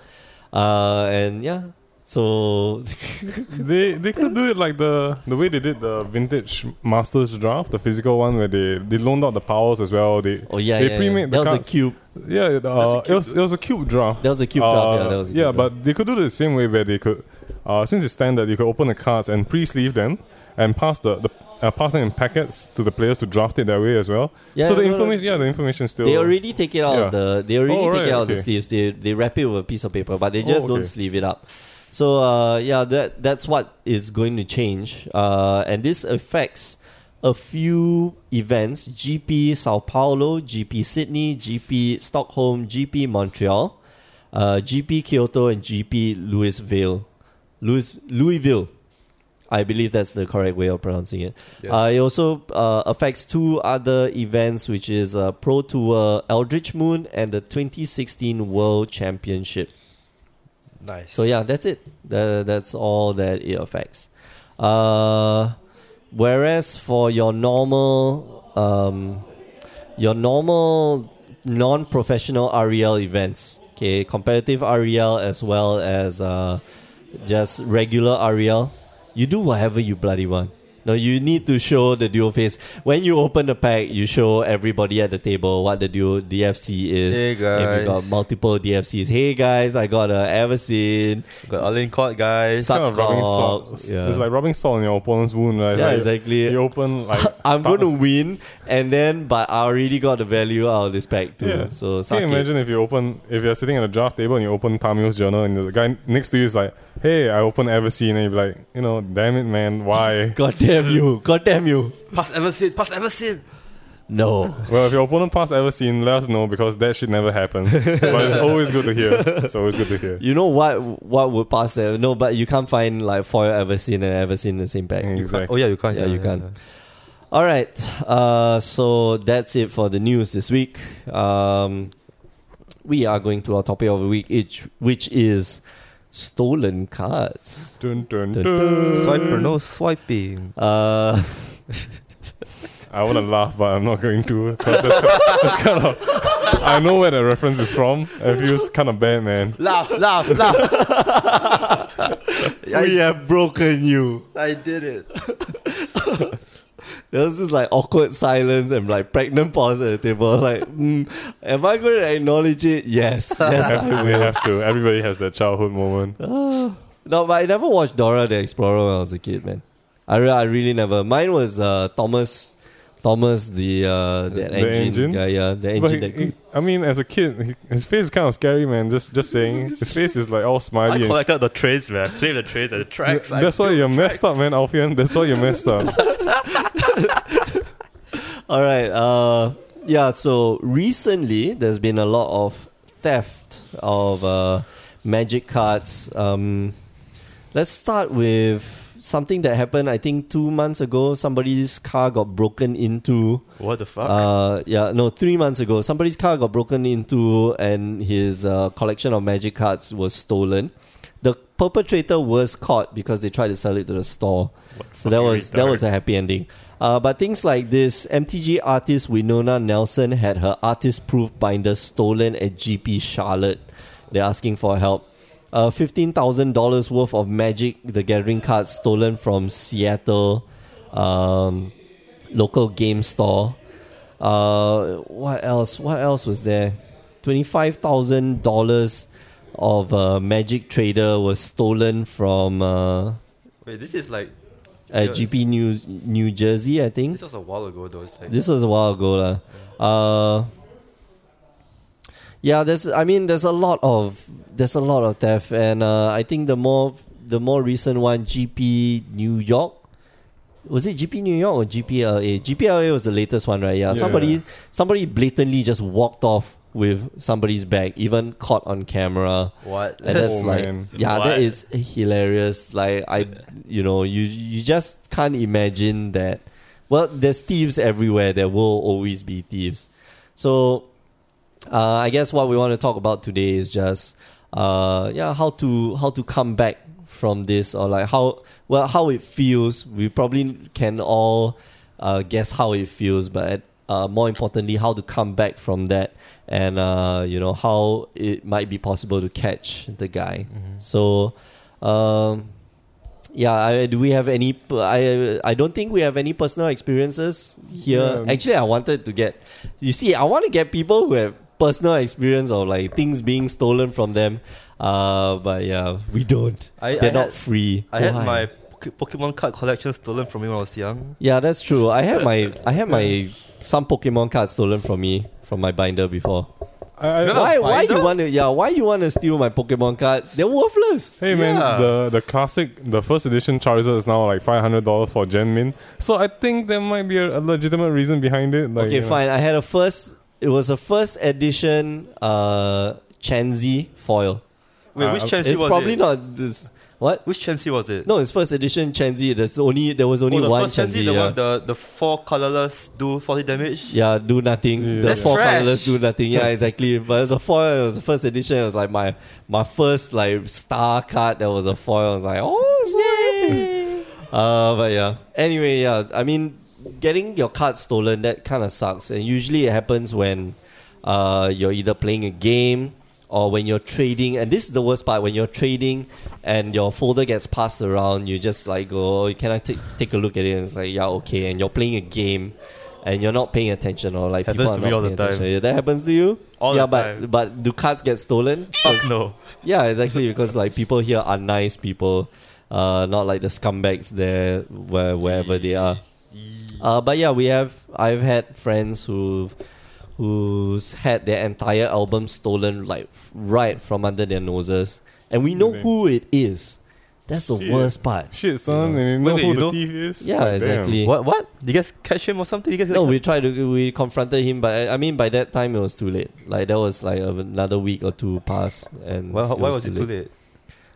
S1: uh, and yeah So
S3: They they could do it like the the way they did the vintage Masters draft, the physical one where they they loaned out the powers as well. They
S1: oh yeah,
S3: they
S1: yeah,
S3: pre-made
S1: yeah.
S3: the
S1: that was a
S3: cards.
S1: cube.
S3: yeah, it, uh,
S1: That's a
S3: it was it was a cube draft.
S1: That was a cube draft. Yeah,
S3: Uh,
S1: that was a cube
S3: yeah,
S1: draft.
S3: but they could do it the same way where they could, uh, since it's standard, you could open the cards and pre-sleeve them and pass the, the uh, pass them in packets to the players to draft it that way as well.
S1: Yeah,
S3: so the
S1: no, no.
S3: information, yeah, the information still.
S1: they already take it out of
S3: Yeah.
S1: the they already
S3: Oh,
S1: take it
S3: right,
S1: out of the
S3: okay.
S1: sleeves. They they wrap it with a piece of paper, but they
S3: Oh,
S1: just don't
S3: okay.
S1: sleeve it up. So uh, yeah, that that's what is going to change. Uh, and this affects a few events: GP Sao Paulo, GP Sydney, GP Stockholm, GP Montreal, uh, GP Kyoto, and GP Louisville. Louis Louisville. I believe that's the correct way of pronouncing it.
S2: Yes.
S1: Uh, it also uh, affects two other events, which is uh, Pro Tour Eldritch Moon and the 2016 World Championship.
S2: Nice.
S1: So yeah, that's it. Tha- that's all that it affects. Uh, whereas for your normal, um, your normal non-professional REL events, okay, competitive REL as well as uh, just regular REL, you do whatever you bloody want. No, you need to show the dual face. When you open the pack, you show everybody at the table what the dual DFC is.
S2: Hey,
S1: If you got
S2: guys.
S1: multiple DFCs, hey guys, I got a Everseen.
S2: got Alin Court, guys.
S1: So-
S3: kind of rubbing
S1: Suck
S3: salt.
S1: yeah.
S3: It's like rubbing salt in your opponent's wound. Right? It's
S1: Yeah,
S3: like
S1: exactly. Ah,
S3: You open like
S1: I'm
S3: pa-
S1: going to win, and then but I already got the value out of this pack too.
S3: Yeah.
S1: So suck
S3: Can you
S1: it.
S3: imagine if you open if you're sitting at a draft table and you open Tamio's journal and the guy next to you is like, "Hey, I open Everseen," and you're like, "You know, damn it, man, why?"
S1: God damn you! God damn you!
S2: Pass ever sin. Pass ever sin.
S1: No.
S3: Well, if your opponent pass ever seen, let us know because that shit never happens. but it's always good to hear. It's always good to hear.
S1: You know what? What would pass that? No, but you can't find like foil ever seen and ever seen the same pack.
S3: Exactly.
S2: Oh yeah, you can't.
S1: Yeah, you can't. All right. Uh, so that's it for the news this week. Um, we are going to our topic of the week, each, which is stolen cards.
S3: Dun, dun,
S1: Dun,
S3: dun.
S1: dun.
S2: Swiper, no swiping.
S1: Uh,
S3: I want to laugh, but I'm not going to. 'cause That's, that's kind of. I know where the reference is from. It feels kind of bad, man.
S2: Laugh, laugh, laugh.
S1: we have broken you.
S2: I did it.
S1: There was this like awkward silence and like pregnant pause at the table. Like, mm, am I going to acknowledge it? Yes, yes.
S3: Every- we have to. Everybody has that childhood moment.
S1: no, but I never watched Dora the Explorer when I was a kid, man. I, re- I really never. Mine was uh, Thomas, Thomas the uh, the,
S3: The
S1: engine,
S3: engine?
S1: guy, yeah, the engine.
S3: But he-
S1: That
S3: he- I mean, as a kid, he, his face is kind of scary, man. Just, just saying, his face is like all smiley.
S2: I
S3: and
S2: collected the trays, man. Save the trays and the tracks. I
S3: that's why you're messed up, man, Alfian. That's why you're messed up.
S1: All right. Uh, yeah. So recently, there's been a lot of theft of uh, magic cards. Um, let's start with something that happened. I think two months ago, somebody's car got broken into.
S2: What the fuck?
S1: Uh, yeah, no, three months ago, somebody's car got broken into, and his uh, collection of magic cards was stolen. The perpetrator was caught because they tried to sell it to the store.
S2: What
S1: So that
S2: fucking
S1: was that
S2: retard.
S1: was a happy ending. Uh, but things like this, MTG artist Winona Nelson had her artist proof binder stolen at GP Charlotte. They're asking for help. Uh, fifteen thousand dollars worth of Magic the Gathering cards stolen from Seattle um, local game store. Uh, what else? What else was there? Twenty-five thousand dollars of uh, Magic Trader was stolen from. Uh,
S2: Wait, this is like
S1: at
S2: Yeah.
S1: GP Uh, New New Jersey, I think.
S2: this was a while ago though. It's like
S1: This was a while ago, lah. Uh, yeah, there's. I mean, there's a lot of there's a lot of theft, and uh, I think the more the more recent one, GP New York. Was it GP New York or GPLA? GPLA was the latest one, right? Yeah.
S3: Yeah.
S1: Somebody somebody blatantly just walked off with somebody's bag, even caught on camera.
S2: what?
S1: And that's
S3: Oh,
S1: like,
S3: man.
S1: yeah, that
S2: What?
S1: is hilarious. Like I, you know, you you just can't imagine that. Well, there's thieves everywhere. There will always be thieves. So, uh, I guess what we want to talk about today is just, uh, yeah, how to how to come back from this or like how well how it feels. We probably can all uh, guess how it feels, but uh, more importantly, how to come back from that, and uh, you know how it might be possible to catch the guy. So, Um, yeah, I, do we have any? p- I I don't think we have any personal experiences here.
S3: Yeah.
S1: Actually, I wanted to get. You see, I want to get people who have personal experience of like things being stolen from them. Uh, but yeah, we don't.
S2: I-
S1: They're
S2: I
S1: not
S2: had-
S1: free.
S2: I had
S1: Why?
S2: my Poke- Pokemon card collection stolen from me when I was young.
S1: Yeah, that's true. I had my I had my some Pokemon cards stolen from me from my binder before.
S3: I, I,
S2: No,
S1: Why why you
S2: binder?
S1: want to yeah, why you want to steal my Pokemon cards? They're worthless.
S3: Hey man,
S2: Yeah.
S3: the the classic, the first edition Charizard is now like five hundred dollars for Gen Min. So I think there might be a, a legitimate reason behind it. Like,
S1: Okay,
S3: you know.
S1: fine. I had a first it was a first edition uh Chansey foil.
S2: Wait,
S3: Uh,
S2: which
S3: okay.
S2: Chansey
S1: It's
S2: was
S1: probably
S2: it?
S1: not this what?
S2: Which Chansey was it?
S1: No, it's first edition Chansey. There's only there was only
S2: oh, the
S1: one
S2: first Chansey,
S1: Chansey.
S2: the
S1: yeah.
S2: one the, the four colorless do 40 damage.
S1: Yeah, do nothing. The
S3: Yeah. That's
S1: four
S2: trash.
S1: colorless do nothing. Yeah, exactly. But it was a foil. It was the first edition. It was like my my first like star card. That was a foil. I was like, oh, so happy. Uh, but yeah. Anyway, yeah. I mean, getting your card stolen that kind of sucks, and usually it happens when uh you're either playing a game or when you're trading. And this is the worst part when you're trading and your folder gets passed around. You just like go, oh, can I take take a look at it? And it's like, yeah, okay. And you're playing a game. And you're not paying attention, or like
S2: Happens
S1: people
S2: to me
S1: are
S2: all
S1: not
S2: the
S1: paying
S2: time.
S1: attention. Yeah, that happens to you.
S2: All
S1: yeah,
S2: the
S1: but
S2: time.
S1: but do cards get stolen?
S2: Fuck no.
S1: yeah, exactly. Because like people here are nice people, uh, not like the scumbags there where wherever they are. Uh, but yeah, we have. I've had friends who, who's had their entire album stolen like right from under their noses, and we know
S3: Really?
S1: who it is. That's the
S3: Shit.
S1: worst part.
S3: Shit, son, and you know
S2: Wait,
S3: who
S2: you
S3: the
S2: know-
S3: thief is?
S1: Yeah,
S3: Like, damn.
S1: exactly.
S2: What? What? Did you guys catch him or something? Did you guys
S1: No, we tried to we confronted him, but I, I mean by that time it was too late. Like that was like another week or two past, and
S2: Why, why was it too late?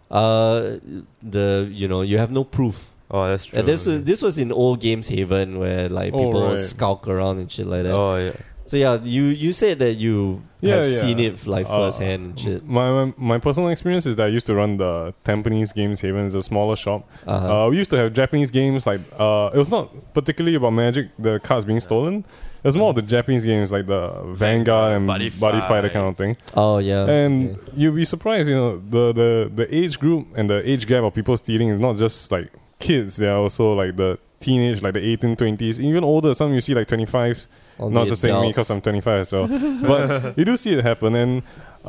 S1: Uh, the you know you have no proof.
S2: Oh, that's true.
S1: And this was, this was in old games haven where like
S3: Oh,
S1: people would
S3: right.
S1: skulk around and shit like that.
S2: Oh yeah.
S1: So yeah, you you said that you
S3: Yeah,
S1: have
S3: yeah.
S1: seen it like
S3: Uh,
S1: firsthand and shit.
S3: My, my my personal experience is that I used to run the Tampines Games Haven. It's a smaller shop.
S1: Uh-huh.
S3: Uh, we used to have Japanese games like uh, it was not particularly about magic, the cards being stolen. It was more of the Japanese games like the Vanguard and
S2: Buddy
S3: Buddy, Fight, that
S2: Fight.
S3: kind of thing.
S1: Oh yeah,
S3: and
S1: okay.
S3: you'll be surprised, you know, the, the the age group and the age gap of people stealing is not just like kids. They are also like the teenage, like the 18, 20s, even older. Some you see like 25s.
S1: All
S3: not
S1: the
S3: just saying me
S1: adults.
S3: because I'm 25, so. but you do see it happen, and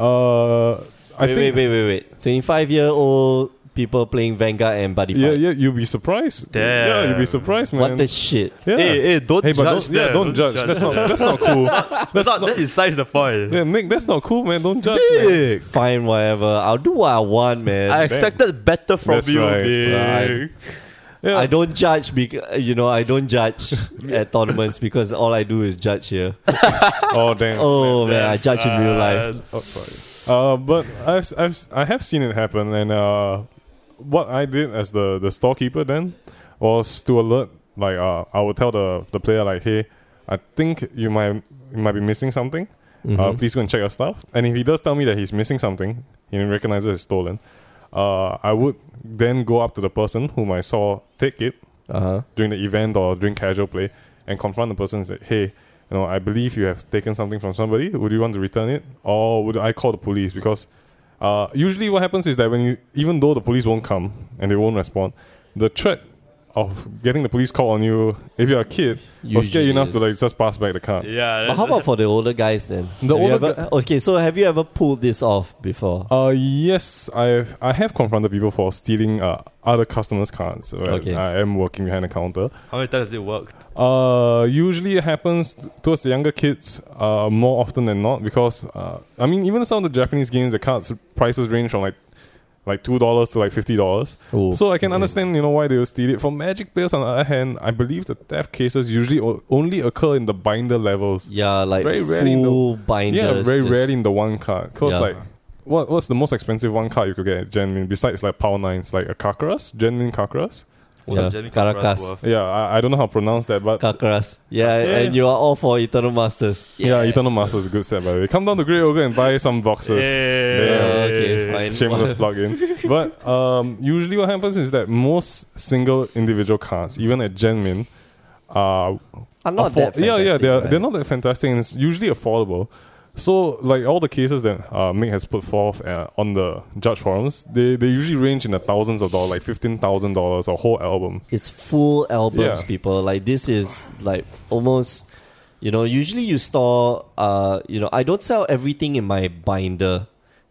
S3: uh, I
S1: wait, wait
S3: think
S1: wait wait wait twenty five year old people playing Vanguard and Buddy
S3: yeah,
S1: Fight.
S3: yeah, you'll be surprised.
S2: Damn.
S3: Yeah, you'll be surprised, man.
S1: What the shit?
S3: yeah.
S2: Hey, hey, don't
S3: Hey, but
S2: judge.
S3: don't, yeah,
S2: them,
S3: don't judge. That's not that's not cool.
S2: That's not. That is size the point.
S3: yeah, Nick, that's not cool, man. Don't judge. Man.
S2: Big.
S1: Fine, whatever. I'll do what I want, man.
S2: I expected better from
S3: That's
S2: you,
S3: right.
S2: big.
S3: Yeah.
S1: I don't judge because you know I don't judge at tournaments because all I do is judge here.
S3: Oh damn.
S1: Oh man, I
S2: Yes,
S1: judge in real life.
S2: uh,
S3: Oh, sorry. Uh, but I've, I've I have seen it happen, and uh, what I did as the the storekeeper then was to alert like uh, I would tell the the player like, hey, I think you might you might be missing something.
S1: Mm-hmm.
S3: Uh, please go and check your stuff. And if he does tell me that he's missing something, he recognizes it's stolen. Uh, I would then go up to the person whom I saw take it
S1: Uh huh.
S3: during the event or during casual play and confront the person and say, hey, you know, I believe you have taken something from somebody. Would you want to return it? Or would I call the police? Because uh, usually what happens is that when you, even though the police won't come and they won't respond, the threat of getting the police called on you, if you're a kid, will scare
S1: Usually
S3: you enough to
S1: is.
S3: like just pass back the card.
S2: Yeah.
S1: But how about for the older guys then? Have
S3: The
S1: you
S3: older
S1: ever- okay, so have you ever pulled this off before?
S3: Uh, yes, I I have confronted people for stealing uh, other customers' cards. So I-
S1: Okay.
S3: I am working behind the counter.
S2: How many times has it worked?
S3: Uh, usually it happens t- towards the younger kids uh, more often than not because uh, I mean even some of the Japanese games the cards prices range from like like two dollars to like fifty dollars.
S1: Oh,
S3: So I can
S1: okay.
S3: understand you know why they will steal it. For Magic players on the other hand, I believe the theft cases usually o- only occur in the binder levels.
S1: Yeah, like
S3: Very rarely in the-
S1: full binders.
S3: yeah, very
S1: just-
S3: rarely in the one card because
S1: Yeah.
S3: like. What, what's the most expensive one card you could get at Genmin besides like Power Nines, like a Kakaras? Genmin Kakaras?
S1: Yeah,
S2: What's a Jimmy Carrera's
S1: Caracas.
S2: worth?
S3: Yeah, I, I don't know how to pronounce that, but
S1: Kakaras. Yeah,
S3: Yeah,
S1: and
S3: yeah.
S1: you are all for Eternal Masters.
S3: Yeah, Eternal Master is a good set by the way. Come down to Grey Ogre and buy some boxes.
S1: Yeah,
S3: Yeah.
S1: okay, fine.
S3: Shameless plug-in. But um, usually what happens is that most single individual cards, even at Gen Min, are
S1: Are not
S3: afford-
S1: that
S3: yeah, yeah,
S1: fantastic,
S3: they're
S1: right?
S3: they're not that fantastic and it's usually affordable. So, like all the cases that uh, Mick has put forth uh, on the judge forums, they, they usually range in the thousands of dollars, like fifteen thousand dollars or whole albums.
S1: It's full albums,
S3: Yeah.
S1: people. Like this is like almost, you know. Usually you store, uh, you know, I don't sell everything in my binder.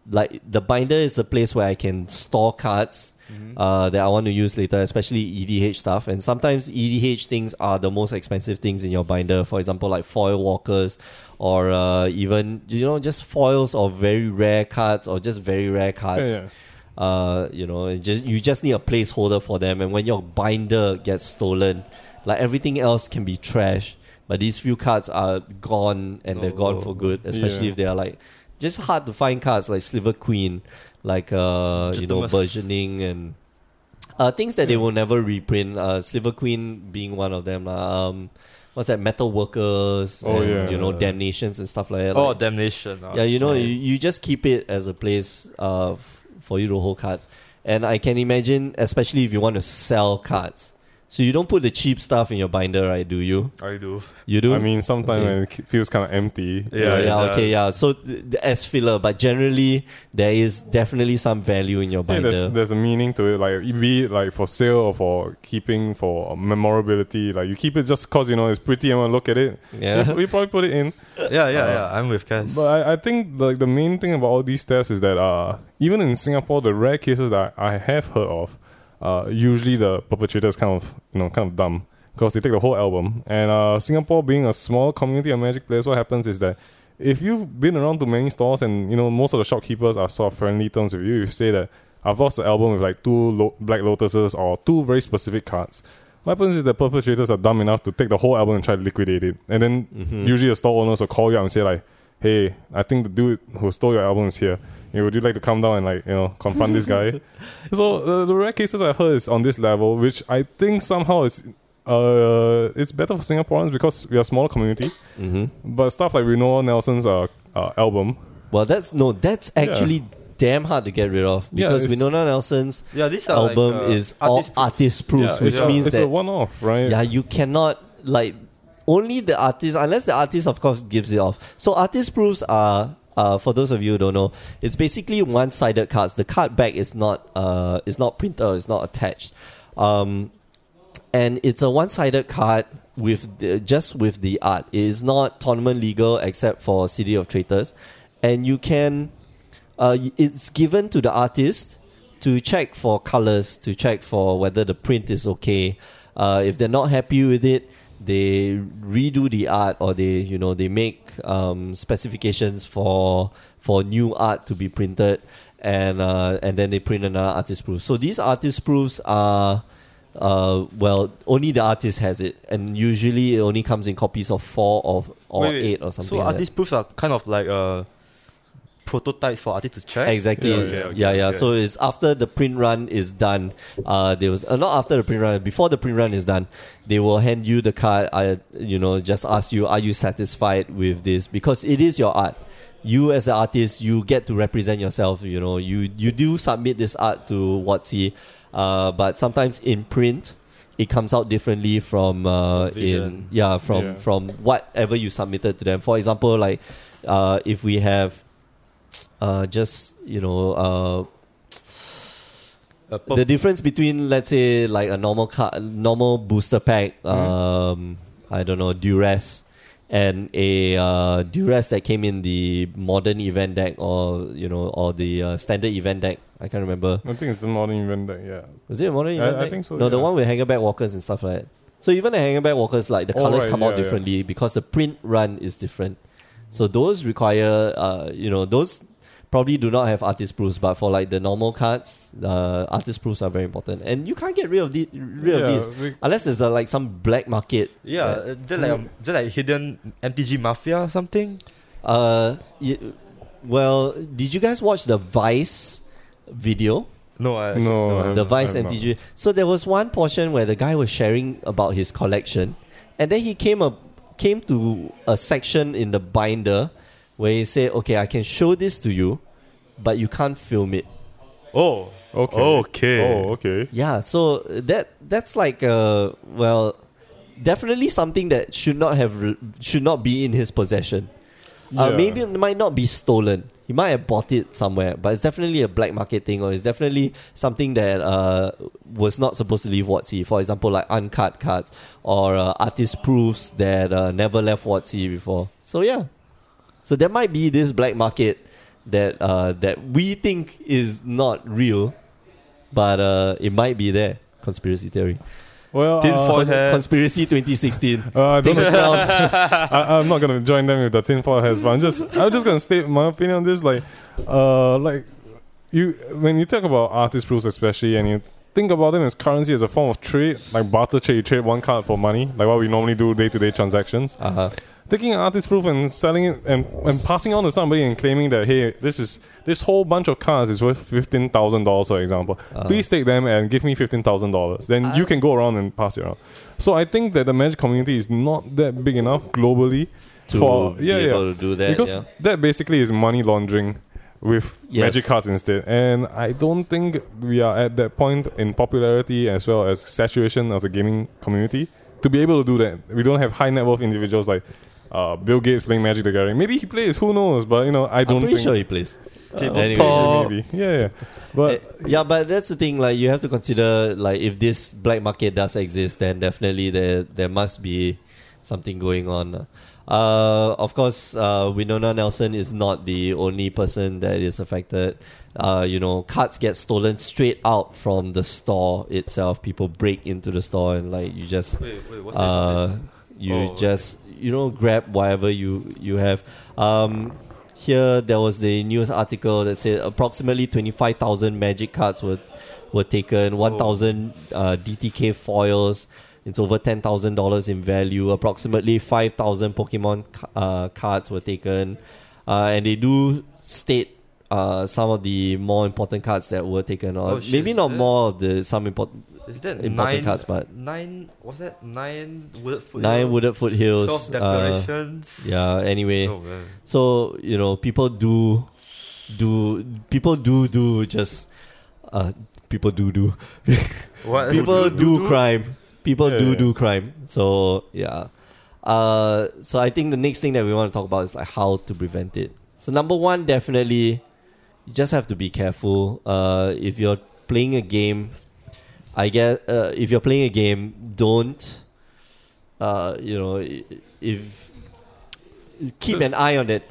S1: Like the binder is the place where I can store cards
S3: Mm-hmm.
S1: uh, that I want to use later, especially EDH stuff. And sometimes EDH things are the most expensive things in your binder. For example, like foil walkers, or uh, even you know just foils or very rare cards or just very rare cards
S3: Yeah, yeah.
S1: uh, you know, it just you just need a placeholder for them. And when your binder gets stolen, like everything else can be trash, but these few cards are gone and they're gone for good. Especially
S3: Oh, Yeah.
S1: if they are like just hard to find cards like Sliver Queen, like uh, you know,
S2: Jutamas.
S1: versioning and uh, things that they will never reprint. Uh, Sliver Queen being one of them. lah. Um, what's that? Metal Workers.
S3: Oh,
S1: and,
S3: yeah.
S1: You know, damnations and stuff like that.
S2: oh,
S1: Like,
S2: damnation. ah,
S1: yeah, you know,
S2: shit.
S1: you, you just keep it as a place uh, f- for you to hold cards. And I can imagine, especially if you want to sell cards. So you don't put the cheap stuff in your binder, right? Do you?
S2: I do.
S1: You do?
S3: I mean, sometimes
S1: Okay.
S3: when it feels kind of empty.
S2: yeah,
S1: yeah,
S2: it
S1: okay,
S2: does.
S1: yeah. So th- th- as filler, but generally there is definitely some value in your
S3: Yeah,
S1: binder.
S3: there's, there's a meaning to it, like be it like for sale or for keeping for memorability. Like you keep it just cause you know it's pretty and want to look at it.
S1: Yeah.
S3: we probably put it in.
S2: Yeah, yeah, yeah. I'm with Cass.
S3: But I, I think like the main thing about all these tests is that uh, even in Singapore, the rare cases that I have heard of, uh, usually the perpetrator is kind of you know kind of dumb because they take the whole album. And uh, Singapore being a small community of Magic players, what happens is that if you've been around to many stores and you know most of the shopkeepers are sort of friendly terms with you, you say that I've lost the album with like two lo- black lotuses or two very specific cards. What happens is the perpetrators are dumb enough to take the whole album and try to liquidate it, and then usually the store owners will call you up and say like, "Hey, I think the dude who stole your album is here. You know, would you like to come down and like you know confront this guy?" So uh, the rare cases I heard is on this level, which I think somehow is uh it's better for Singaporeans because we are a small community.
S1: hmm
S3: But stuff like Renoa Nelson's uh, uh album,
S1: Well, that's no, that's
S3: Yeah.
S1: actually damn hard to get rid of
S3: Yeah,
S1: because
S3: it's-
S1: Winona Nelson's
S2: Yeah, this
S1: album
S2: uh,
S1: is all uh, artist proof,
S3: yeah,
S1: which
S3: it's, a-
S1: means
S3: it's
S1: that
S3: a one-off, right?
S1: yeah you cannot like only the artist unless the artist of course gives it off so artist proofs are uh, for those of you who don't know it's basically one-sided cards the card back is not uh is not printed it's not attached um and it's a one-sided card with the, just with the art it is not tournament legal except for city of traitors and you can uh, y- it's given to the artist to check for colors, to check for whether the print is okay. Uh, if they're not happy with it, they redo the art or they you know they make um, specifications for for new art to be printed, and uh, and then they print another artist proof. So these artist proofs are. Uh, well, only the artist has it, and usually it only comes in copies of four or or
S2: Wait, wait,
S1: eight or something.
S2: So
S1: like
S2: are
S1: that.
S2: these proofs are kind of like uh, prototypes for artists to check?
S1: Exactly. Yeah,
S3: Yeah,
S1: yeah.
S3: okay,
S2: okay, okay.
S1: So it's after the print run is done. Uh, there was uh, not after the print run, before the print run is done, they will hand you the card. I, you know, just ask you, are you satisfied with this? Because it is your art. You as an artist, you get to represent yourself. You know, you you do submit this art to Watsy, uh, but sometimes in print, it comes out differently from uh, in
S2: Vision.
S1: yeah from
S3: Yeah.
S1: from whatever you submitted to them. For example, like uh, if we have uh, just you know uh,
S2: A purp-
S1: the difference between let's say like a normal car, normal booster pack, um, I don't know duress, and a uh, duress that came in the modern event deck or you know or the uh, standard event deck. I can't remember.
S3: I think it's the modern event that yeah.
S1: Was it a modern
S3: I-
S1: event
S3: I
S1: deck?
S3: think so,
S1: No, the
S3: yeah.
S1: one with hangerback walkers and stuff like that. So even the hangerback walkers, like the
S3: Oh,
S1: colors
S3: right,
S1: come out
S3: yeah, yeah.
S1: differently because the print run is different. So those require, uh, you know, those probably do not have artist proofs, but for like the normal cards, uh, artist proofs are very important, and you can't get rid of the rid of
S3: yeah,
S1: these
S3: we-
S1: unless there's a, like some black market.
S2: yeah,
S1: uh,
S2: uh, they're like, um, they're like hidden MTG Mafia or something.
S1: Uh, y- well, did you guys watch the Vice video?
S2: No, I,
S3: No, Oh, I
S2: I-
S3: haven't.
S1: Ah, the Vice
S3: I'm not.
S1: MTG. So there was one portion where the guy was sharing about his collection, and then he came up came to a section in the binder where he said, "Okay, I can show this to you, but you can't film it."
S2: Oh,
S3: Okay.
S2: Okay.
S3: Oh, okay.
S1: Yeah, so that that's like uh well, definitely something that should not have should not be in his possession. Uh,
S3: Yeah.
S1: maybe it might not be stolen. He might have bought it somewhere, but it's definitely a black market thing, or it's definitely something that uh, was not supposed to leave WotC. For example, like uncut cards or uh, artist proofs that uh, never left WotC before. So yeah, so there might be this black market that uh, that we think is not real, but uh, it might be there. Conspiracy theory.
S3: Well,
S2: Tin
S3: uh,
S2: foil
S1: Con-
S2: hats.
S1: Conspiracy 2016.
S3: uh, I don't
S1: Take
S3: know.
S1: it down.
S3: I, I'm not gonna join them with the tinfoil hats, but I'm just I'm just gonna state my opinion on this. Like, uh, like you when you talk about artist proofs, especially, and you think about them as currency as a form of trade, like barter trade, you trade one card for money, like what we normally do day to day transactions.
S1: Uh-huh.
S3: Taking an artist proof and selling it and, and passing on to somebody and claiming that hey, this is this whole bunch of cards is worth fifteen thousand dollars, for example.
S1: Uh-huh.
S3: Please take them and give me fifteen thousand dollars. Then you can go around and pass it around. So I think that the magic community is not that big enough globally
S1: To
S3: for
S1: be
S3: yeah
S1: able
S3: yeah
S1: to do that.
S3: because
S1: yeah.
S3: that basically is money laundering with
S1: Yes.
S3: magic cards instead. And I don't think we are at that point in popularity as well as saturation of the gaming community to be able to do that. We don't have high net worth individuals like uh, Bill Gates playing Magic the Gathering. Maybe he plays, who knows? But you know, I
S1: I'm
S3: don't
S1: pretty
S3: think. Uh,
S1: sure he plays.
S2: Table
S1: anyway.
S2: top.
S3: Maybe. Yeah, yeah. But
S1: Eh, yeah, but that's the thing. Like you have to consider, like if this black market does exist, then definitely there there must be something going on. Uh, of course, uh, Winona Nelson is not the only person that is affected. Uh, you know, cards get stolen straight out from the store itself. People break into the store and like you just
S2: Wait, wait, what's
S1: uh, you
S2: Oh,
S1: just you know grab whatever you you have um here there was the news article that said approximately 25,000 magic cards were were
S2: Oh.
S1: taken 1,000 uh, DTK foils it's over $10,000 in value approximately 5,000 Pokemon ca- uh, cards were taken uh, and they do state uh, some of the more important cards that were taken or
S2: Oh, shit,
S1: maybe
S2: is
S1: not
S2: there-
S1: more of the some important
S2: Is that
S1: important
S2: nine
S1: cards, but-
S2: nine? What's that? Nine wood foot.
S1: nine wooded
S2: twelve
S1: foothills uh,
S2: declarations.
S1: yeah anyway
S2: Oh man.
S1: So you know, people do, do people do do just, uh, people do do
S2: What?
S1: people do, crime. People
S3: Yeah,
S1: do
S3: yeah.
S1: do crime. So yeah, uh, so I think the next thing that we want to talk about is like how to prevent it. So number one, definitely, you just have to be careful. Uh, if you're playing a game, I guess uh, if you're playing a game, don't, uh, you know, i- if keep an eye on that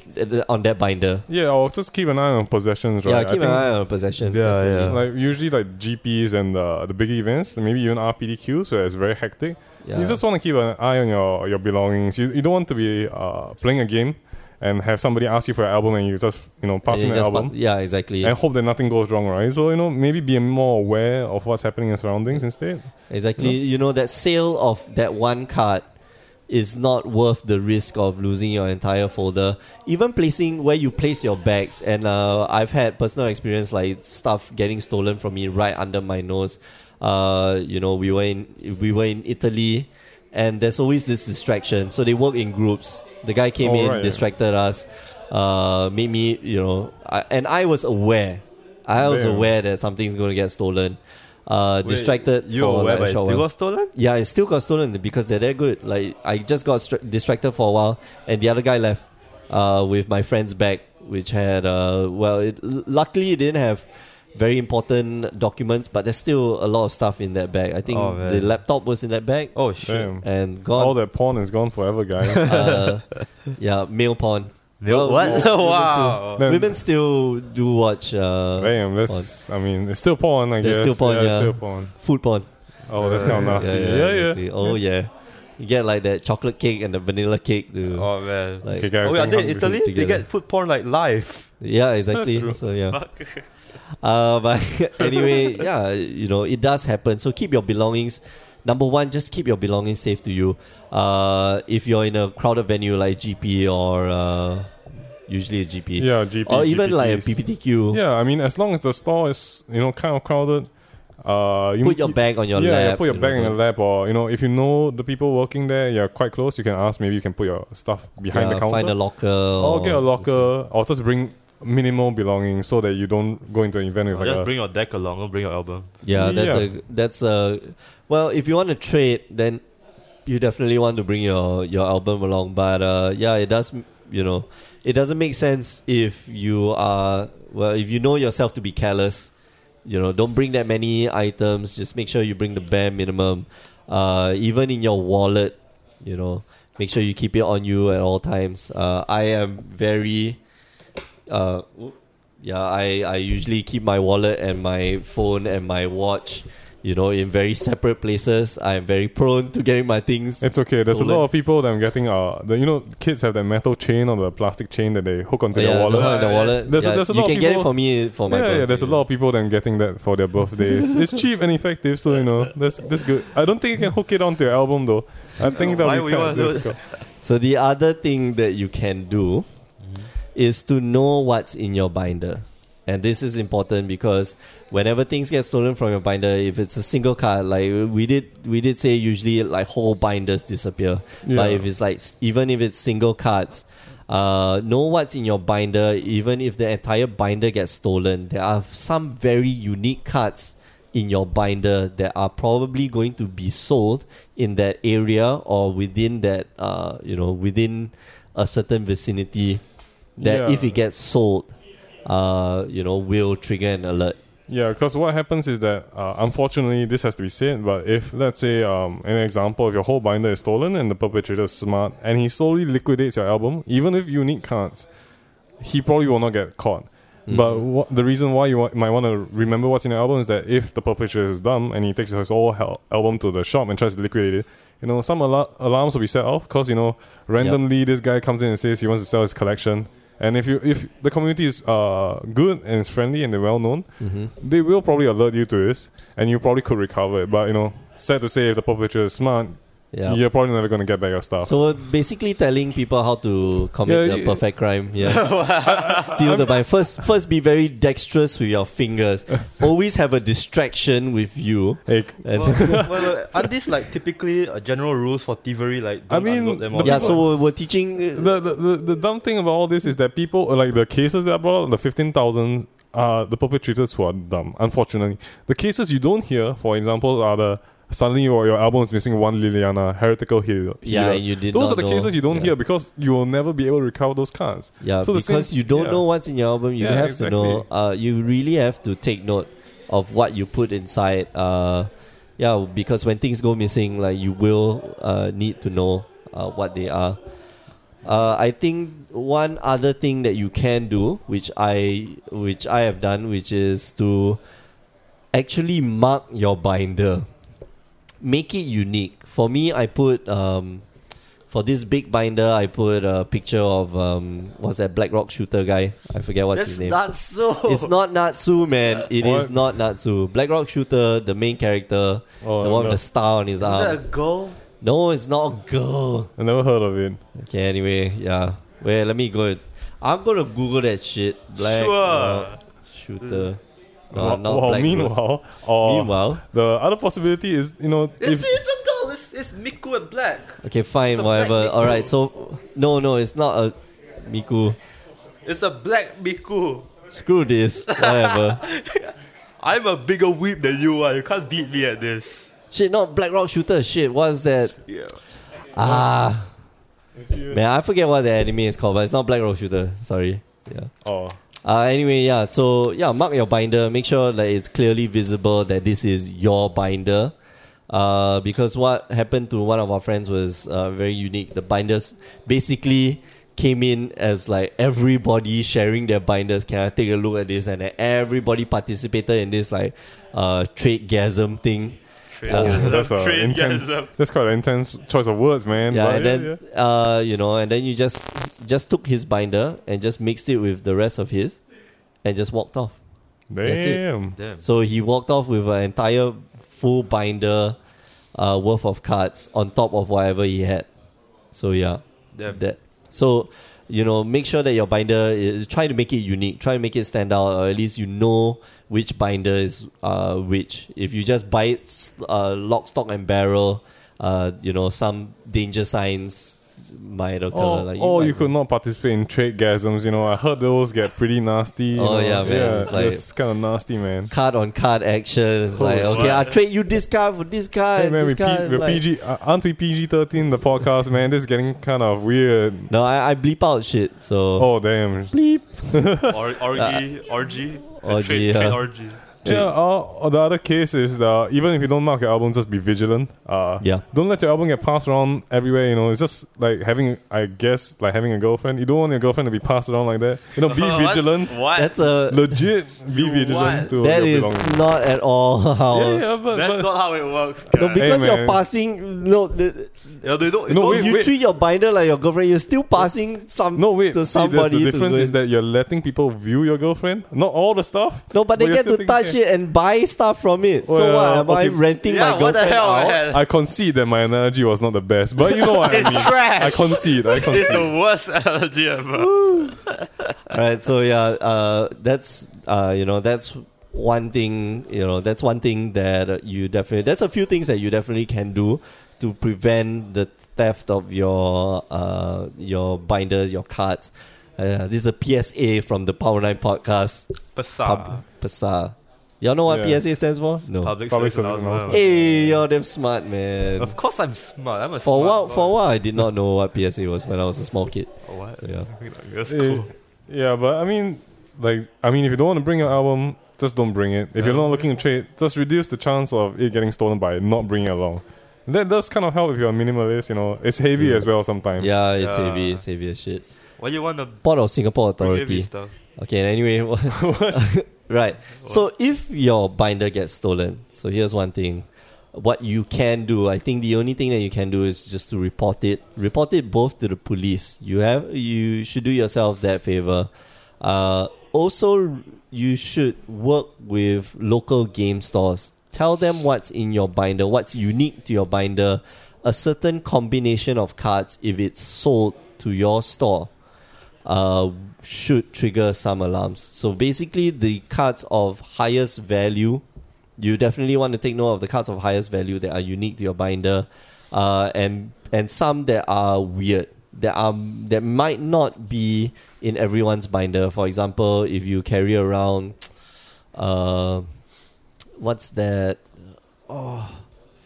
S1: on that binder.
S3: yeah, I'll just keep an eye on possessions, right?
S1: Yeah,
S3: I
S1: keep an
S3: think-
S1: eye on possessions.
S2: Yeah,
S1: definitely.
S2: yeah.
S3: Like usually, like GPs and uh, the big events, maybe even RPDQs, where it's very hectic. You just want to keep an eye on your, your belongings. You, you don't want to be uh, playing a game and have somebody ask you for an album and you just you know pass
S1: And
S3: them
S1: you
S3: an
S1: just
S3: album
S1: pa- yeah, exactly.
S3: and hope that nothing goes wrong, right? So you know maybe be more aware of what's happening in surroundings instead.
S1: Exactly. You know, that sale of that one card is not worth the risk of losing your entire folder. Even placing where you place your bags, and uh, I've had personal experience like stuff getting stolen from me right under my nose. Uh, you know, we were in we were in Italy, and there's always this distraction. So they work in groups. The guy came
S3: Oh,
S1: in,
S3: right.
S1: distracted us, uh, made me, you know, I, and I was aware. I was
S3: Damn.
S1: aware that something's going to get stolen. Uh, distracted.
S2: You
S1: for,
S2: aware,
S1: like, a
S2: but it
S1: short
S2: still
S1: while.
S2: got stolen.
S1: Yeah, it still got stolen because they're that good. Like I just got stra- distracted for a while, and the other guy left uh, with my friend's bag, which had uh, well, it, luckily it didn't have very important documents, but there's still a lot of stuff in that bag. I think
S2: Oh, man.
S1: the laptop was in that bag
S2: Oh shit.
S3: Damn.
S1: and
S3: All
S1: gone.
S3: that porn is gone forever, guys.
S1: uh, yeah, male porn.
S2: They-
S1: Well,
S2: what?
S1: women still-
S2: wow.
S3: Then-
S1: Women still do watch uh,
S3: Damn, that's I mean it's still porn, I
S1: There's still
S3: guess.
S1: porn,
S3: it's
S1: yeah.
S3: still porn.
S1: food porn.
S3: Oh, that's kind of
S2: Yeah,
S3: nasty. Yeah, yeah.
S1: exactly. Oh yeah, you get like that chocolate cake and the vanilla cake. Dude.
S2: Oh man.
S1: Like,
S3: Okay, guys.
S2: oh, wait, are
S3: I'm
S2: they in
S3: hungry.
S2: Italy? They
S1: together.
S2: get food porn like live.
S1: Yeah, exactly.
S3: true.
S1: So yeah.
S2: Fuck.
S1: Uh, but anyway, yeah, you know, it does happen. So keep your belongings. Number one, just keep your belongings safe to you. Uh, if you're in a crowded venue like GP or uh, usually a GP,
S3: Yeah, GP.
S1: or Oh, even like a
S3: GPTs.
S1: PPTQ,
S3: Yeah, I mean as long as the store is you know kind of crowded, uh, you
S1: put your bag on your
S3: yeah,
S1: lap.
S3: yeah, put your
S1: you
S3: bag
S1: know,
S3: in your
S1: don't-
S3: lap, or you know, if you know the people working there, you're quite close. You can ask. Maybe you can put your stuff behind
S1: yeah,
S3: the counter,
S1: Find a locker.
S3: or
S1: Or
S3: get a locker, or just bring minimal belongings so that you don't go into an event with like
S2: Just
S3: a.
S2: bring your deck along. Don't bring your album.
S1: Yeah, that's
S3: Yeah.
S1: a that's a. Well, if you want to trade, then you definitely want to bring your your album along. But uh, yeah, it does m- you know, it doesn't make sense if you are well if you know yourself to be careless. You know, don't bring that many items. Just make sure you bring the bare minimum. Uh, even in your wallet, you know, make sure you keep it on you at all times. Uh, I am very, uh, oop, yeah, I I usually keep my wallet and my phone and my watch. You know, in very separate places. I'm very prone to getting my things.
S3: It's okay. There's a
S1: Stolen.
S3: lot of people that I'm getting. Uh, the, you know, kids have that metal chain or the plastic chain that they hook onto
S1: Oh, yeah,
S3: their
S1: the
S3: wallet.
S1: one in the
S2: Yeah,
S1: wallet.
S3: there's a-
S1: Yeah,
S3: there's a
S1: you
S3: lot of
S1: can get it
S3: people-
S1: for me for my
S3: yeah, yeah, there's a
S1: birthday.
S3: lot of people then getting that for their birthdays. it's cheap and effective, so you know that's that's good. I don't think you can hook it onto your album though. I think
S2: Why
S3: that'll
S2: would
S3: be
S2: you
S3: kind of
S2: wanna do
S3: difficult.
S1: So the other thing that you can do is to know what's in your binder. And this is important because whenever things get stolen from your binder, if it's a single card, like we did, we did say usually like whole binders disappear.
S3: Yeah.
S1: But if it's like s- even if it's single cards, uh, know what's in your binder. Even if the entire binder gets stolen, there are some very unique cards in your binder that are probably going to be sold in that area or within that uh, you know within a certain vicinity that
S3: Yeah.
S1: if it gets sold uh, you know will trigger an alert
S3: Yeah, because what happens is that uh, unfortunately this has to be said. But if let's say um, an example, if your whole binder is stolen and the perpetrator is smart and he slowly liquidates your album, even with unique cards, he probably will not get caught. But wha- the reason why you wa- might want to remember what's in your album is that if the perpetrator is dumb and he takes his whole hel- album to the shop and tries to liquidate it, you know some alar- alarms will be set off because you know randomly this guy comes in and says he wants to sell his collection. And if you if the community is uh, good and is friendly and they're well known, they will probably alert you to this, and you probably could recover it. But you know, sad to say, if the perpetrator is smart,
S1: yeah
S3: you're probably never going to get back your stuff.
S1: so we're basically telling people how to commit
S3: Yeah,
S1: the
S3: y-
S1: perfect crime yeah steal the bike first first be very dexterous with your fingers always have a distraction with you
S3: Hey,
S1: and
S2: well, well, well, aren't these like typically uh, general rules for thievery? Like,
S3: I
S2: don't
S3: mean,
S2: unload them
S3: the
S2: all?
S1: yeah so we're, we're teaching uh,
S3: the, the, the the dumb thing about all this is that people like the cases that I brought up, the fifteen thousand are the perpetrators who are dumb. Unfortunately, the cases you don't hear, for example, are the suddenly your, your album is missing one Liliana heretical hero.
S1: yeah
S3: hero.
S1: and you did
S3: Those
S1: not
S3: are the
S1: know.
S3: cases you don't
S1: Yeah.
S3: hear because you will never be able to recover those cards.
S1: Yeah,
S3: So the
S1: because
S3: same-
S1: you don't
S3: yeah.
S1: know what's in your album, you
S3: Yeah,
S1: have
S3: exactly.
S1: to know. Uh, you really have to take note of what you put inside. Uh, yeah, because when things go missing, like you will uh, need to know uh, what they are. Uh, I think one other thing that you can do, which I which I have done, which is to actually mark your binder, make it unique. For me, I put um, for this big binder, I put a picture of um, what's that Black Rock shooter guy? I forget what's
S2: that's
S1: his name.
S2: not so.
S1: it's not Natsu, man. It is
S3: What?
S1: not Natsu. Black Rock shooter, the main character,
S3: Oh,
S1: the one
S3: no.
S1: with the star on his
S2: Isn't that a
S1: arm.
S2: goal?
S1: No, it's not a girl.
S3: I never heard of it.
S1: Okay, anyway, yeah. Wait, let me go. I'm gonna Google that shit. Black
S2: Sure. Mm.
S1: Rock shooter. No,
S3: Wha-
S1: not
S3: well,
S1: Black Rock.
S3: meanwhile, or
S1: Meanwhile,
S3: the other possibility is you know
S2: It's,
S3: if
S2: it's a goal. It's, it's Miku and Black.
S1: okay, fine,
S2: It's a black
S1: whatever.
S2: Miku.
S1: All right, so no, no, it's not a Miku.
S2: It's a black Miku.
S1: Screw this, whatever.
S2: I'm a bigger weep than you are. You can't beat me at this.
S1: Shit, not Black Rock Shooter. Shit, what's that?
S2: Yeah.
S1: Ah, man, I forget what the anime is called, but it's not Black Rock Shooter. Sorry. Yeah.
S3: oh,
S1: Uh, anyway, yeah. So yeah, mark your binder. Make sure that it's clearly visible that this is your binder. Uh, because what happened to one of our friends was uh, very unique. The binders basically came in as like everybody sharing their binders. Can I take a look at this? And then everybody participated in this like uh, trade gasm thing.
S3: oh, that's a
S2: Train
S3: intense,
S2: gasm.
S3: that's quite an intense choice of words, man.
S1: yeah,
S3: But
S1: and then uh, you know, and then you just just took his binder and just mixed it with the rest of his, and just walked off. that's it.
S3: damn,
S2: Damn.
S1: So he walked off with an entire full binder uh, worth of cards on top of whatever he had. So yeah,
S2: Damn.
S1: that. So you know, make sure that your binder is try to make it unique. Try to make it stand out, or at least you know which binder is uh, which. If you just buy it s- uh, lock, stock, and barrel, uh, you know some danger signs. Mito
S3: Or,
S1: color. Like,
S3: or
S1: might-
S3: Oh, you could not participate in trade gasms. You know, I heard those get pretty nasty. you
S1: Oh,
S3: know.
S1: yeah, man,
S3: Yeah,
S1: it's like-
S3: kind of nasty, man.
S1: card on card action. It's
S3: Holy
S1: like okay,
S2: shit.
S1: I will trade you this card for this card.
S3: Hey man, we
S1: this
S3: P-
S1: card.
S3: we're
S1: like-
S3: PG. Uh, aren't we PG thirteen? The podcast, man. This is getting kind of weird.
S1: No, I, I bleep out shit. So
S3: Oh damn.
S1: bleep.
S4: Or, orgy, orgy,
S1: Orgy,
S4: trade,
S1: Uh, yeah.
S4: trade orgy.
S3: Yeah. Or, or the other case is that even if you don't mark your album, just be vigilant. Uh,
S1: Yeah.
S3: Don't let your album get passed around everywhere. You know, it's just like having, I guess, like having a girlfriend. You don't want your girlfriend to be passed around like that. You know, be
S4: What?
S3: vigilant.
S4: What?
S1: That's a
S3: Legit, be
S4: You
S3: vigilant
S4: what?
S3: to
S1: that
S3: your
S1: is
S3: belongings.
S1: not at all how.
S3: Yeah, yeah, but,
S4: That's
S3: but
S4: not how it works.
S1: No,
S4: guys.
S1: because
S3: Hey,
S1: you're
S3: man.
S1: passing. No, the,
S4: Yeah, they don't,
S3: No,
S4: don't-
S3: wait,
S1: you
S3: wait.
S1: treat your binder like your girlfriend. You're still passing some.
S3: no wait.
S1: to
S3: see, that's
S1: somebody.
S3: the
S1: to
S3: difference
S1: go
S3: is
S1: in.
S3: that you're letting people view your girlfriend, not all the stuff.
S1: No, but they
S3: you're
S1: get
S3: still
S1: to
S3: taking
S1: touch
S3: care-
S1: it and buy stuff from it. so what?
S3: Well,
S1: Am I
S3: okay.
S1: renting
S4: yeah,
S1: my
S4: what
S1: girlfriend
S4: the hell?
S1: out?
S4: man?
S3: I concede that my analogy was not the best, but you know what I
S4: It's
S3: mean.
S4: trash.
S3: I concede. I concede.
S4: It's the worst allergy ever.
S1: Alright, so yeah, uh, that's uh, you know that's one thing you know that's one thing that you definitely that's a few things that you definitely can do to prevent the theft of your uh, your binders, your cards. Uh, this is a PSA from the Power Nine podcast.
S2: Pasa.
S1: Pub- PSA. Y'all know what
S3: Yeah.
S1: PSA stands for? No.
S2: Public,
S3: Public
S2: service,
S3: service
S2: announcement.
S1: Hey, you're damn smart, man.
S2: Of course, I'm smart. I'm
S1: For
S2: a
S1: a
S2: smart
S1: while,
S2: boy.
S1: for a while, I did not know what PSA was when I was a small kid.
S4: Oh, what?
S1: So, yeah.
S4: That's
S3: Eh,
S4: cool.
S3: Yeah, but I mean, like, I mean, if you don't want to bring your album, just don't bring it. If you're not looking to trade, just reduce the chance of it getting stolen by not bringing it along. That does kind of help if you're a minimalist, you know. It's heavy as well sometimes.
S1: Yeah, it's
S4: Yeah.
S1: heavy. It's heavy as shit.
S4: Why you want to
S1: Port of Singapore
S4: bring
S1: Authority.
S4: heavy stuff?
S1: Okay, and anyway, right. So if your binder gets stolen, so here's one thing. What you can do, I think the only thing that you can do is just to report it. Report it both to the police. You have you should do yourself that favor. Uh, also, you should work with local game stores. Tell them what's in your binder, what's unique to your binder, a certain combination of cards if it's sold to your store uh, should trigger some alarms. So basically, the cards of highest value, you definitely want to take note of the cards of highest value that are unique to your binder, uh, and and some that are weird that are that might not be in everyone's binder. For example, if you carry around, uh, what's that? Oh,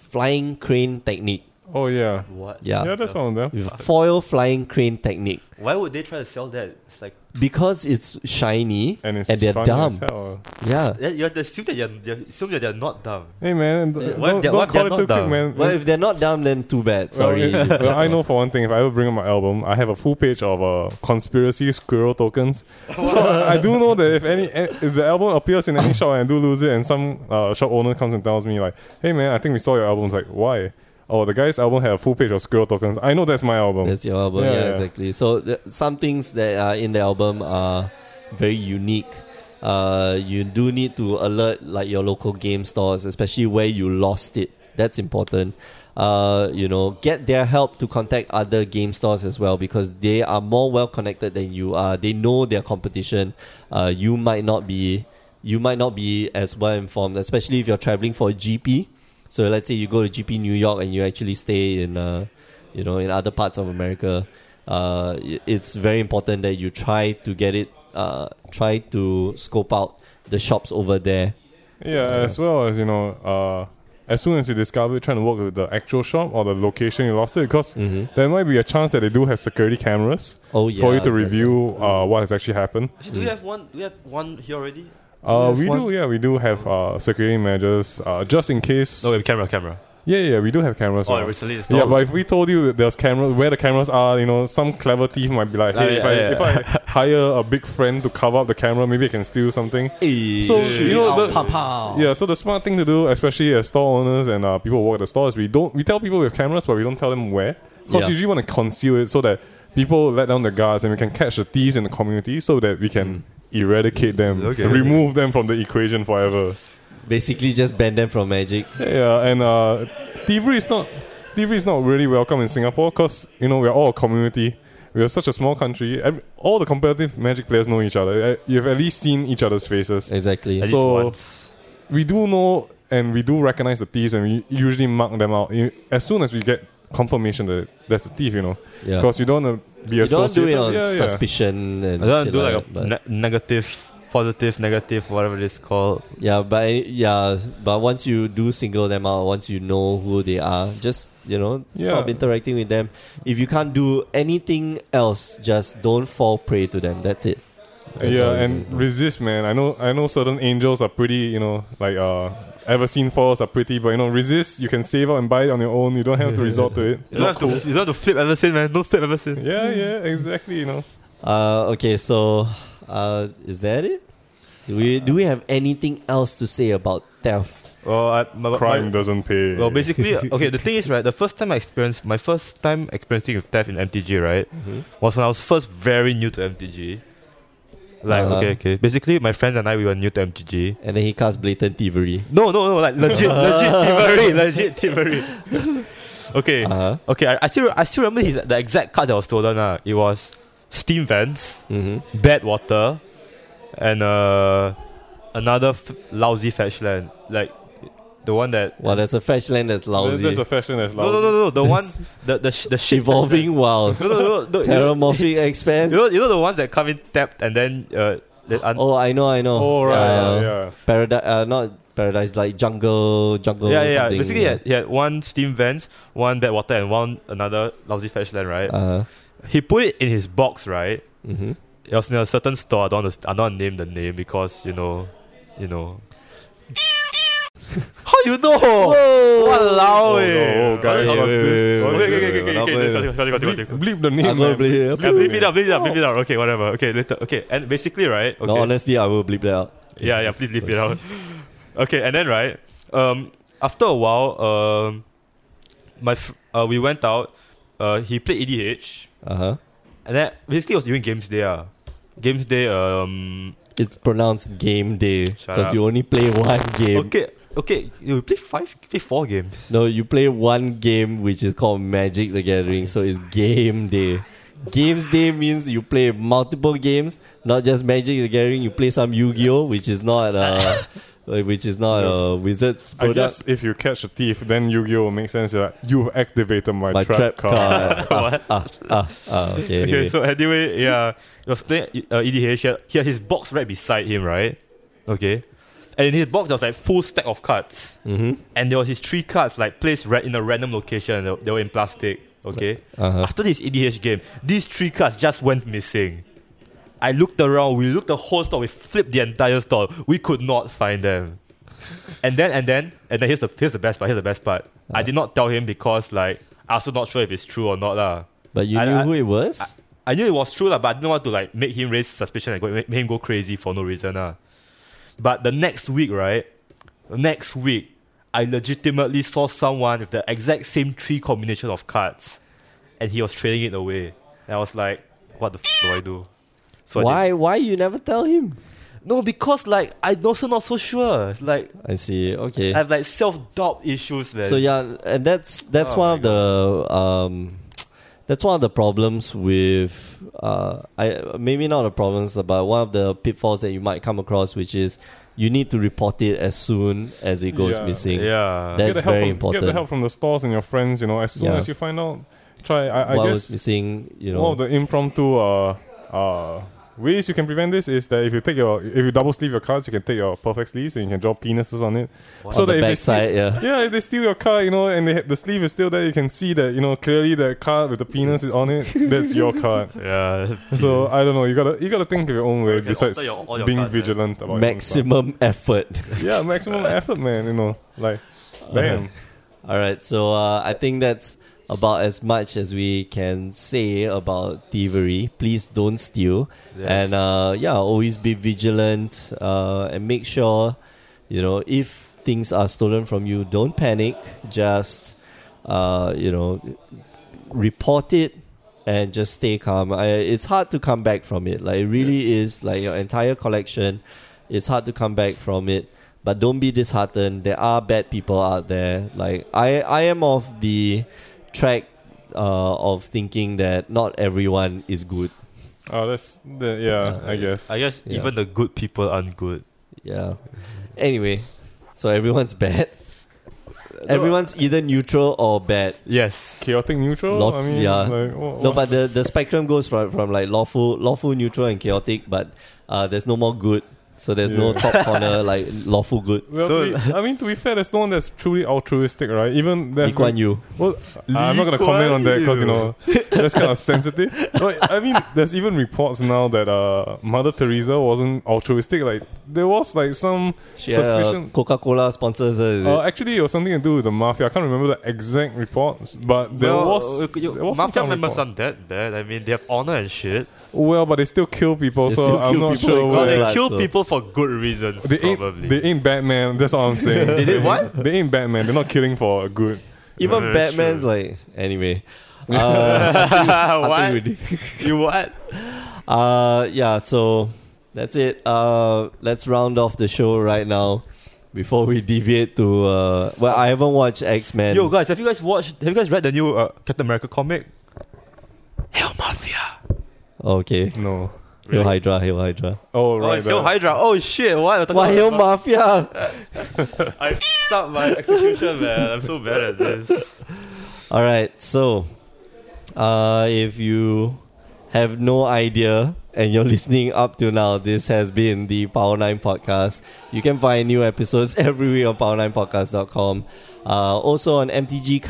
S1: flying crane technique.
S3: Oh, yeah.
S2: What?
S1: Yeah,
S3: Yeah, that's one of them.
S1: with foil flying crane technique
S2: Why would they try to sell that? It's like
S1: because it's shiny
S3: And it's
S1: they're
S3: fun
S1: dumb.
S3: as hell.
S1: Yeah.
S4: eh,
S2: that- you have to assume that you're, you have to assume that they're not dumb.
S3: Hey, man, d-
S1: Yeah.
S3: don't,
S2: What if they're-
S3: don't
S2: what if
S3: call
S2: they're
S3: it
S2: not
S3: too quick,
S2: dumb?
S3: man.
S1: Well, if they're not dumb, then too bad. Sorry.
S3: Well, yeah. Well, I know for one thing, if I ever bring out my album, I have a full page of uh, conspiracy squirrel tokens. so I do know that if any eh, if the album appears in any shop and I do lose it, and some uh, shop owner comes and tells me like, "Hey man, I think we saw your album." It's like, why? Oh, the guy's album had a full page of squirrel tokens. I know that's my album.
S1: That's your album. Yeah,
S3: Yeah, yeah.
S1: exactly. So th- some things that are in the album are very unique. Uh, you do need to alert like your local game stores, especially where you lost it. That's important. Uh, you know, get their help to contact other game stores as well because they are more well connected than you are. They know their competition. Uh, you might not be, you might not be as well informed, especially if you're traveling for a GP. So let's say you go to GP New York and you actually stay in uh, you know, in other parts of America, uh, i- it's very important that you try to get it, uh, try to scope out the shops over there.
S3: Yeah, as well as you know, uh, as soon as you discover, it, trying to work with the actual shop or the location you lost it, because there might be a chance that they do have security cameras
S1: Mm-hmm. Oh yeah,
S3: for you to
S1: that's
S3: review uh, what has actually happened.
S4: Actually,
S2: Mm.
S4: do we have one? Do we have one here already?
S3: Uh,
S1: have
S3: we
S1: one?
S3: do, yeah, we do have uh, security measures uh, just in case.
S2: No, wait, camera, camera.
S3: yeah, yeah, we do have cameras.
S2: Oh,
S3: uh,
S2: recently it's
S3: yeah, but if we told you that there's cameras, where the cameras are, you know, some clever thief might be like,
S2: Ah,
S3: hey,
S2: yeah,
S3: if, I,
S2: yeah.
S3: if I hire a big friend to cover up the camera, maybe I can steal something.
S1: it.
S3: So, you know, the-
S1: Pow, pow.
S3: Yeah, so the smart thing to do, especially as store owners and uh, people who work at the stores, we don't we tell people we have cameras, but we don't tell them where. Because
S1: Yeah.
S3: usually we want to conceal it so that people let down the guards and we can catch the thieves in the community so that we can eradicate them,
S2: Okay.
S3: remove them from the equation forever.
S1: basically just ban them from magic.
S3: Yeah, and uh, thievery is not thievery is not really welcome in Singapore because you know we're all a community. We are such a small country. Every, all the competitive Magic players know each other. Uh, You've at least seen each other's faces.
S1: Exactly.
S2: At least
S3: so-
S2: once.
S3: We do know and we do recognize the thieves, and we usually mark them out You- as soon as we get confirmation that that's the thief, you know.
S1: Yeah.
S3: Because you don't want to be
S1: You don't do
S3: associated.
S1: it on
S3: yeah, yeah.
S1: suspicion and
S2: I don't
S1: shit
S2: do
S1: like,
S2: like,
S1: that,
S2: a
S1: but-
S2: ne- negative, positive, negative, whatever it is called.
S1: Yeah, but yeah, but once you do single them out, once you know who they are, just you know, stop
S3: Yeah.
S1: interacting with them. If you can't do anything else, just don't fall prey to them. That's it. That's
S3: yeah,
S1: all you
S3: and
S1: can do.
S3: resist, man. I know, I know. Certain angels are pretty, you know, like uh, ever seen falls are pretty, but you know, resist. You can save up and buy it on your own. You don't have to resort to it.
S4: You don't, have to, you don't have to flip ever since, man. No flip ever since.
S3: Yeah, yeah, exactly. You know,
S1: uh, okay, so uh, is that it? Do we do we have anything else to say about theft?
S2: Well, I, my, my-
S3: crime doesn't pay.
S2: well, basically, okay. The thing is, right. The first time I experienced my first time experiencing with theft in MTG, right,
S3: Mm-hmm.
S2: was when I was first very new to MTG. Like,
S1: Uh-huh.
S2: okay, okay. Basically, my friends and I we were new to MTG.
S1: And then he casts blatant thievery.
S2: No, no, no, like legit, legit thievery, legit thievery. okay,
S1: Uh huh.
S2: okay. I, I still, I still remember his the exact card that was stolen. Uh. it was steam vents,
S1: hmm
S2: bad water, and uh, another f- lousy fetch land, like the one that.
S1: Well, that's a fetch land that's
S3: There's,
S1: lousy,
S3: there's a fashion that's
S2: No,
S3: lousy.
S2: no, no, no, the one, the the sh- the shit
S1: evolving wilds,
S2: No, no, no, no, you know-
S1: terramorphic expanse.
S2: You know, you know the ones that come in tapped and then uh, that un-
S1: Oh, I know, I know.
S3: Oh right,
S1: Uh,
S3: yeah, yeah.
S1: Paradise, uh, not paradise, like jungle, jungle.
S2: yeah, yeah, yeah.
S1: something.
S2: Basically, he had, he had one steam vents, one bad water, and one another lousy fetch land, right?
S1: Uh,
S2: he put it in his box, right?
S1: mm-hmm.
S2: It was in a certain store. I don't want to, I don't want to name the name because you know, you know. How you know? Walao, eh.
S3: Oh, no, guys,
S2: Okay,
S3: what's
S2: okay,
S3: this? What's
S2: okay,
S3: this?
S2: okay, okay, okay, okay, okay, okay, okay, okay,
S3: Bleep,
S2: okay.
S3: bleep the name.
S1: I'm gonna
S3: man.
S1: bleep it.
S2: Yeah, bleep it out, bleep it out, bleep it out. Okay, whatever. Okay, later. Okay, and basically, right?
S1: No,
S2: Okay,
S1: honestly, I will bleep that out.
S2: yeah, yeah. Please leave it out. Okay, and then right, um, after a while, um, my f- uh, we went out. Uh, he played EDH,
S1: Uh huh.
S2: and then basically it was during games day. Uh. games day. Um,
S1: It's pronounced game day
S2: Shut
S1: because
S2: up.
S1: you only play one game.
S2: Okay, okay. You play five, play four games.
S1: No, you play one game which is called Magic the Gathering, so it's game day. Games day means you play multiple games, not just Magic the Gathering. You play some Yu-Gi-Oh, which is not uh, like, which is not uh, Wizards
S3: I
S1: product.
S3: guess if you catch a thief, then Yu-Gi-Oh will make sense. Like, You've activated my,
S1: My trap,
S3: card.
S1: card. ah, ah, ah, ah, okay.
S2: Okay,
S1: anyway.
S2: so anyway, yeah, he was playing uh, EDH. He had, he had his box right beside him, right? Okay, and in his box there was like full stack of cards,
S1: Mhm.
S2: and there was his three cards like placed right in a random location. They, they were in plastic. Okay,
S1: Uh-huh.
S2: after this EDH game, these three cards just went missing. I looked around. We looked the whole store. We flipped the entire store. We could not find them. and then and then and then here's the here's the best part. Here's the best part.
S1: Uh-huh.
S2: I did not tell him because like I also not sure if it's true or not lah.
S1: But you
S2: I-
S1: knew
S2: I-
S1: who it was?
S2: I knew it was true, lah, but I didn't want to like make him raise suspicion and go, make him go crazy for no reason. lah. But the next week, right? Next week, I legitimately saw someone with the exact same three combination of cards, and he was trading it away. And I was like, what the f do I do? So I
S1: why? Why you never tell him?
S2: did- no, because like I'm also not so sure. It's like
S1: I see. Okay.
S2: I have like self doubt issues, man.
S1: so yeah, and that's that's
S2: Oh
S1: one of the um, that's one of the problems with uh, I maybe not the problems, but one of the pitfalls that you might come across, which is you need to report it as soon as it goes
S3: Yeah.
S1: missing.
S2: yeah.
S1: That-
S3: Get the
S1: That's
S3: help
S1: very
S3: from, Get
S1: important.
S3: the help from the stores and your friends. You know, as soon
S1: Yeah.
S3: as you find out, try. I, I
S1: what
S3: guess
S1: was missing, you know.
S3: One of the impromptu uh, uh, ways you can prevent this is that if you take your if you double sleeve your cards, you can take your perfect sleeves and you can draw penises on it.
S1: on the
S3: if they
S1: back
S3: steal-
S1: side, yeah.
S3: yeah, if they steal your card, you know, and they, the sleeve is still there, you can see that you know clearly the card with the penis is on it. That's your card.
S2: yeah.
S3: So I don't know. You gotta you gotta think of your own way
S2: can
S3: besides
S2: alter your- all your
S3: being
S2: cards,
S3: vigilant about your own stuff.
S1: Maximum effort.
S3: Yeah,
S1: Uh,
S3: maximum effort, man. You know, like
S1: uh-huh.
S3: damn.
S1: All right, so uh, I think that's about as much as we can say about thievery. Please don't steal,
S2: Yes.
S1: and uh, yeah, always be vigilant uh, and make sure you know if things are stolen from you, don't panic. Just uh, you know, report it and just stay calm. I, it's hard to come back from it. Like it really is. Like your entire collection, it's hard to come back from it. But don't be disheartened. There are bad people out there. Like I, I am of the track uh, of thinking that not everyone is good.
S3: Oh, that's the, yeah.
S1: Uh,
S3: I guess.
S2: I guess
S1: Yeah.
S2: even the good people aren't good.
S1: Yeah. Anyway, so everyone's bad. Everyone's either neutral or bad.
S4: Yes.
S3: chaotic neutral.
S1: Lot-
S3: I mean,
S1: yeah.
S3: like, wha-
S1: No,
S3: wha-
S1: but the, the spectrum goes from, from like lawful, lawful, neutral, and chaotic. But uh, there's no more good, so there's no
S3: Yeah.
S1: top corner like lawful good.
S3: well,
S4: so-
S3: to be- I mean, to be fair, there's no one that's truly altruistic, right? Even
S1: Lee
S3: there's
S1: Kuan Yew.
S3: Well, I'm not gonna
S4: Lee
S3: comment on that because you
S4: Kuan
S3: know that's kind of sensitive. But I mean, there's even reports now that uh, Mother Teresa wasn't altruistic. Like there was like some
S1: She had, uh,
S3: suspicion.
S1: Coca-Cola sponsors. her, is it?
S3: Uh, actually, it was something to do with the mafia. I can't remember the exact reports, but there
S4: Well,
S3: was,
S4: uh, you-
S3: there was some
S4: mafia
S3: kind of
S4: members
S3: report.
S4: aren't that bad. I mean, they have honor and shit.
S3: Well, but they still kill people,
S1: They
S3: so
S1: still
S3: I'm
S1: kill
S3: not
S1: people.
S3: sure.
S1: Oh,
S4: Well,
S1: yeah.
S4: they
S1: Right,
S4: kill
S1: so-
S4: people for good reasons,
S3: They
S4: probably.
S3: ain't, they ain't Batman. That's all I'm saying.
S4: They did what?
S3: They ain't Batman. They're not killing for good.
S1: Even
S4: Yeah, that's
S1: Batman's
S4: true.
S1: like anyway. Uh, I
S4: what?
S1: think we did-
S4: You what?
S1: uh, yeah. So that's it. Uh, let's round off the show right now before we deviate to. Uh, well, I haven't watched X Men.
S2: Yo, guys, have you guys watched? Have you guys read the new uh, Captain America comic?
S4: Hell Mafia.
S1: Okay.
S3: No.
S1: Hail Hydra. Hail Hydra.
S3: Oh
S2: Oh,
S3: right.
S2: it's Hail
S3: that-
S2: Hydra. Oh shit! What? We're talking
S1: Why Hail
S2: about-
S1: Mafia?
S4: I f***ed up my execution, man. I'm so bad at this.
S1: All right. So, uh, if you have no idea and you're listening up to now, this has been the Power Nine Podcast. You can find new episodes every week on power9podcast.com. Uh, also on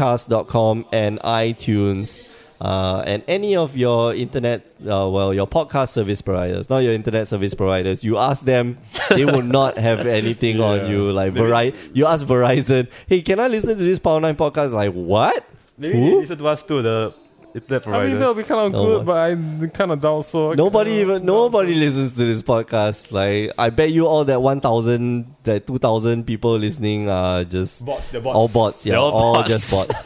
S1: mtgcast.com and iTunes. Uh, and any of your internet, uh, well, your podcast service providers, not your internet service providers, you ask them, they will not have anything on
S3: Yeah.
S1: you. Like Verizon, you ask Verizon, hey, can I listen to this Power 9 podcast? Like, what?
S2: Maybe
S1: Who?
S2: they listen to us too. The internet
S3: I mean,
S2: provider.
S3: that would be kind of
S1: No,
S3: good,
S1: what's-
S3: but I kind of doubt so.
S1: Nobody
S3: Uh,
S1: even nobody listens to this podcast. Like I bet you all that one thousand, that two thousand people listening are just
S2: bots. The bots.
S1: all bots. Yeah,
S2: They're
S1: all,
S2: all bots.
S1: just bots.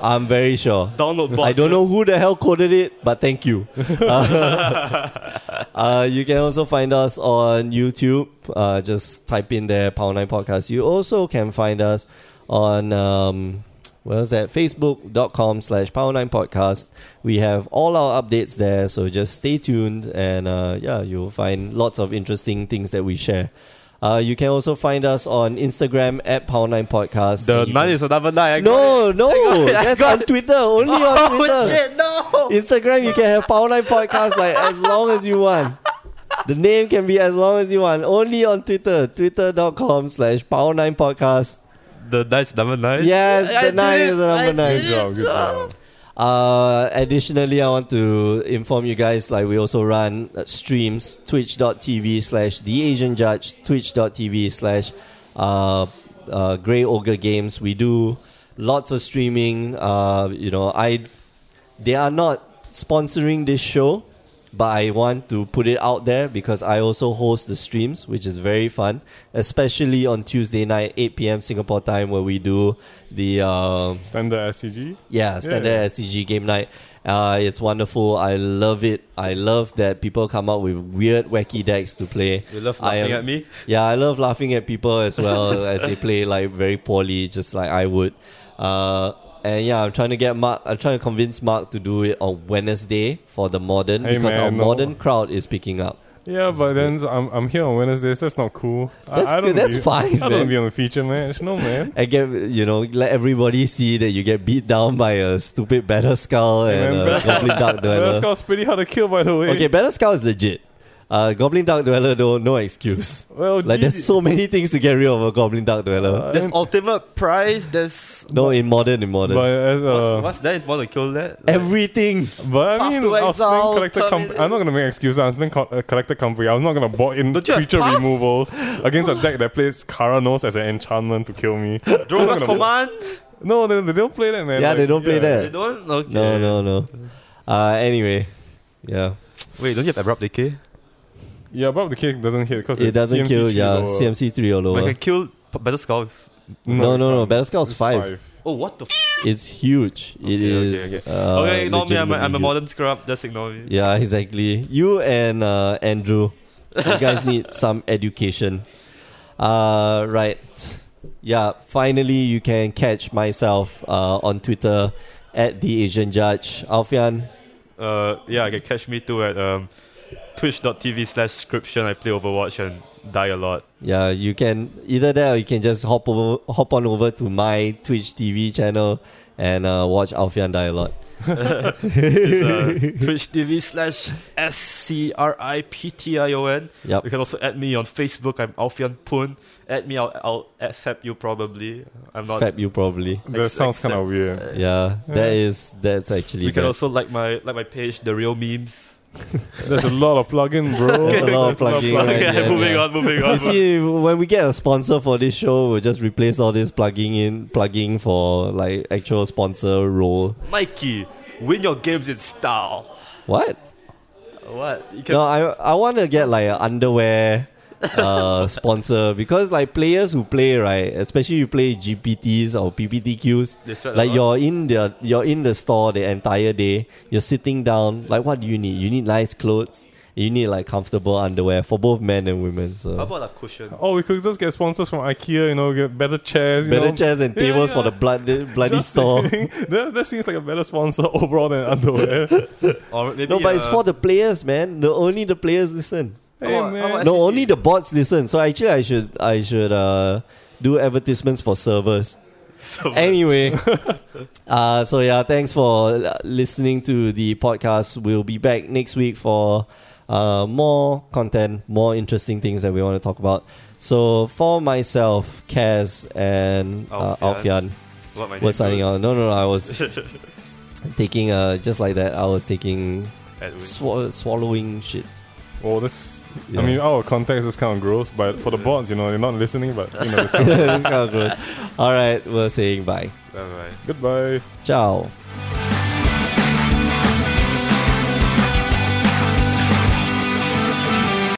S1: I'm very sure.
S4: Download bots.
S1: I don't know who the hell coded it, but thank you. uh, you can also find us on YouTube. Uh, just type in there Power Nine Podcast. You also can find us on um, what was that? Facebook.com slash Power Nine Podcast. We have all our updates there, so just stay tuned and uh, yeah, you'll find lots of interesting things that we share. Uh, you can also find us on Instagram at Power Nine Podcast.
S2: The
S1: And you
S2: nine
S1: can-
S2: is another nine. I got
S1: no, no,
S2: it, I
S1: that's
S2: got
S1: on Twitter. Only on Twitter.
S2: Oh shit! No.
S1: Instagram, you can have Power Nine Podcast like as long as you want. The name can be as long as you want. Only on Twitter, twitter.com slash Power Nine Podcast.
S2: The nine is number nine.
S1: Yes,
S2: I
S1: the nine
S2: did
S1: is the number nine.
S3: Good job. Good job.
S1: Uh, additionally, I want to inform you guys like we also run uh, streams twitch.tv slash the Asian Judge, twitch.tv slash uh, uh, Grey Ogre Games. We do lots of streaming. Uh, you know, I they are not sponsoring this show, but I want to put it out there because I also host the streams, which is very fun, especially on Tuesday night, 8 p.m. Singapore time, where we do the. Uh,
S3: Standard SCG.
S1: yeah, standard
S3: Yeah.
S1: SCG game night. Uh, it's wonderful. I love it. I love that people come up with weird, wacky decks to play.
S2: You love
S1: I
S2: laughing
S1: am-
S2: at me.
S1: Yeah, I love laughing at people as well as they play like very poorly, just like I would. Uh, and yeah, I'm trying to get Mark. I'm trying to convince Mark to do it on Wednesday for the modern
S3: Hey,
S1: because
S3: man,
S1: our
S3: no.
S1: modern crowd is picking up.
S3: Yeah, but then I'm, I'm here on Wednesdays. That's not cool.
S1: That's
S3: I, I don't
S1: good, that's
S3: be,
S1: fine,
S3: I
S1: man.
S3: don't be on the feature match. No, man.
S1: And get you know let everybody see that you get beat down by a stupid battle skull
S3: Hey,
S1: and
S3: man,
S1: a
S3: Battle Skull-
S1: goblin dark dueler.
S3: That's got pretty hard to kill, by the way.
S1: Okay, Battle Scout is legit. Uh, Goblin Dark Dweller, though, no excuse.
S3: Well,
S1: Like,
S3: GG.
S1: there's so many things to get rid of a Goblin Dark Dweller.
S3: Uh,
S2: There's ultimate prize. There's
S1: No, in modern, in modern.
S3: But, as, uh,
S2: what's that? Want to kill that?
S1: Eh, Everything.
S3: but I
S2: Path
S3: mean,
S2: to
S3: I was playing
S2: Exile,
S3: collector comp-
S2: Terminator.
S3: I'm not gonna make excuses. I was playing co- uh, collector company. I was not gonna bot in
S2: Don't you have
S3: creature
S2: Path?
S3: removals against a deck that plays Karanos as an enchantment to kill me.
S1: eh,
S3: I'm not
S2: Drogas
S3: gonna-
S2: command.
S3: No, they, they don't play that, man.
S1: Yeah,
S3: Like,
S1: they don't play
S3: yeah.
S1: that.
S2: They don't. Okay.
S1: eh. No, no, no. Uh, anyway, yeah.
S2: Wait, don't you have abrupt decay?
S3: Yeah, but the kick doesn't hit because
S1: It doesn't
S3: CMC
S1: kill,
S3: three
S1: yeah,
S3: or-
S1: CMC3 or
S2: But I
S1: lower.
S2: can kill p- better skull. with-
S1: No, no, no.
S3: it's
S1: Battle Scout's
S3: it's
S1: 5.
S2: Oh, what the? F-
S1: It's huge. It
S2: Okay, okay,
S1: is.
S2: okay.
S1: Uh,
S4: okay, ignore me. I'm a, I'm
S1: legitimately
S4: a modern scrub. Just ignore me.
S1: huge. Yeah, exactly. You and uh, Andrew, you guys need some education. Uh, right. Yeah, finally, you can catch myself uh, on Twitter at the Asian Judge. Alfian,
S2: Uh, yeah, you can catch me too at um, twitch.tv slash scription. I play Overwatch and die a lot.
S1: Yeah, you can either that or you can just hop over, hop on over to my Twitch TV channel and uh, watch Alfian die a lot.
S2: It's uh, twitch.tv slash S-C-R-I-P-T-I-O-N.
S1: Yep.
S2: You can also add me on Facebook. I'm Alfian Poon. Add me. I'll, I'll accept you probably. I'm not.
S1: Fab you probably.
S3: That
S2: Ex-
S3: sounds kind of
S2: except-
S3: weird.
S1: Yeah, that is that's actually
S2: You can
S1: bad.
S2: also like my like my page, the real memes.
S3: There's a lot of plugin, bro.
S1: There's a lot of plugging.
S2: Okay,
S1: right there,
S2: moving
S1: yeah.
S2: on, moving
S1: You
S2: on.
S1: see, when we get a sponsor for this show, we'll just replace all this plugging in, plugging for like actual sponsor role.
S2: Nike, win your games in style.
S1: What?
S2: What? You can
S1: No, I I want to get like an underwear uh, sponsor because like players who play right, especially you play GPTs or PPTQs,
S2: They sweat a
S1: like
S2: lot.
S1: you're in the you're in the store the entire day. You're sitting down. Like, what do you need? You need nice clothes. You need like comfortable underwear for both men and women. So
S2: How about a cushion?
S3: Oh, we could just get sponsors from IKEA, you know, get better chairs, you
S1: better
S3: know.
S1: chairs and
S3: Yeah,
S1: tables
S3: yeah.
S1: for the bloody bloody
S3: Just
S1: store.
S3: saying, that, that seems like a better sponsor overall than underwear. hey,
S2: Or maybe
S1: No, but it's
S2: uh,
S1: for the players, man. The only the players listen.
S2: about-
S3: man.
S2: how about-
S1: No,
S2: Actually-
S1: only the bots listen. So actually, I should I should uh, do advertisements for servers.
S2: some-
S1: Anyway, uh, so yeah, thanks for uh, listening to the podcast. We'll be back next week for uh, more content, more interesting things that we want to talk about. So for myself, Kaz and uh,
S2: Alfian.
S1: Alfian,
S2: what my
S1: we're
S2: name
S1: signing
S2: is.
S1: out. No, no, no, I was taking uh, just like that. I was taking
S2: Edwin.
S1: swa- swallowing shit.
S3: Well, this,
S1: Yeah.
S3: I mean, our context is kind of gross, but for the bots, you know, they're not listening, but, you know, it's kind of,
S1: This kind of good. All right, we're saying bye.
S2: Bye bye.
S3: goodbye.
S1: Ciao.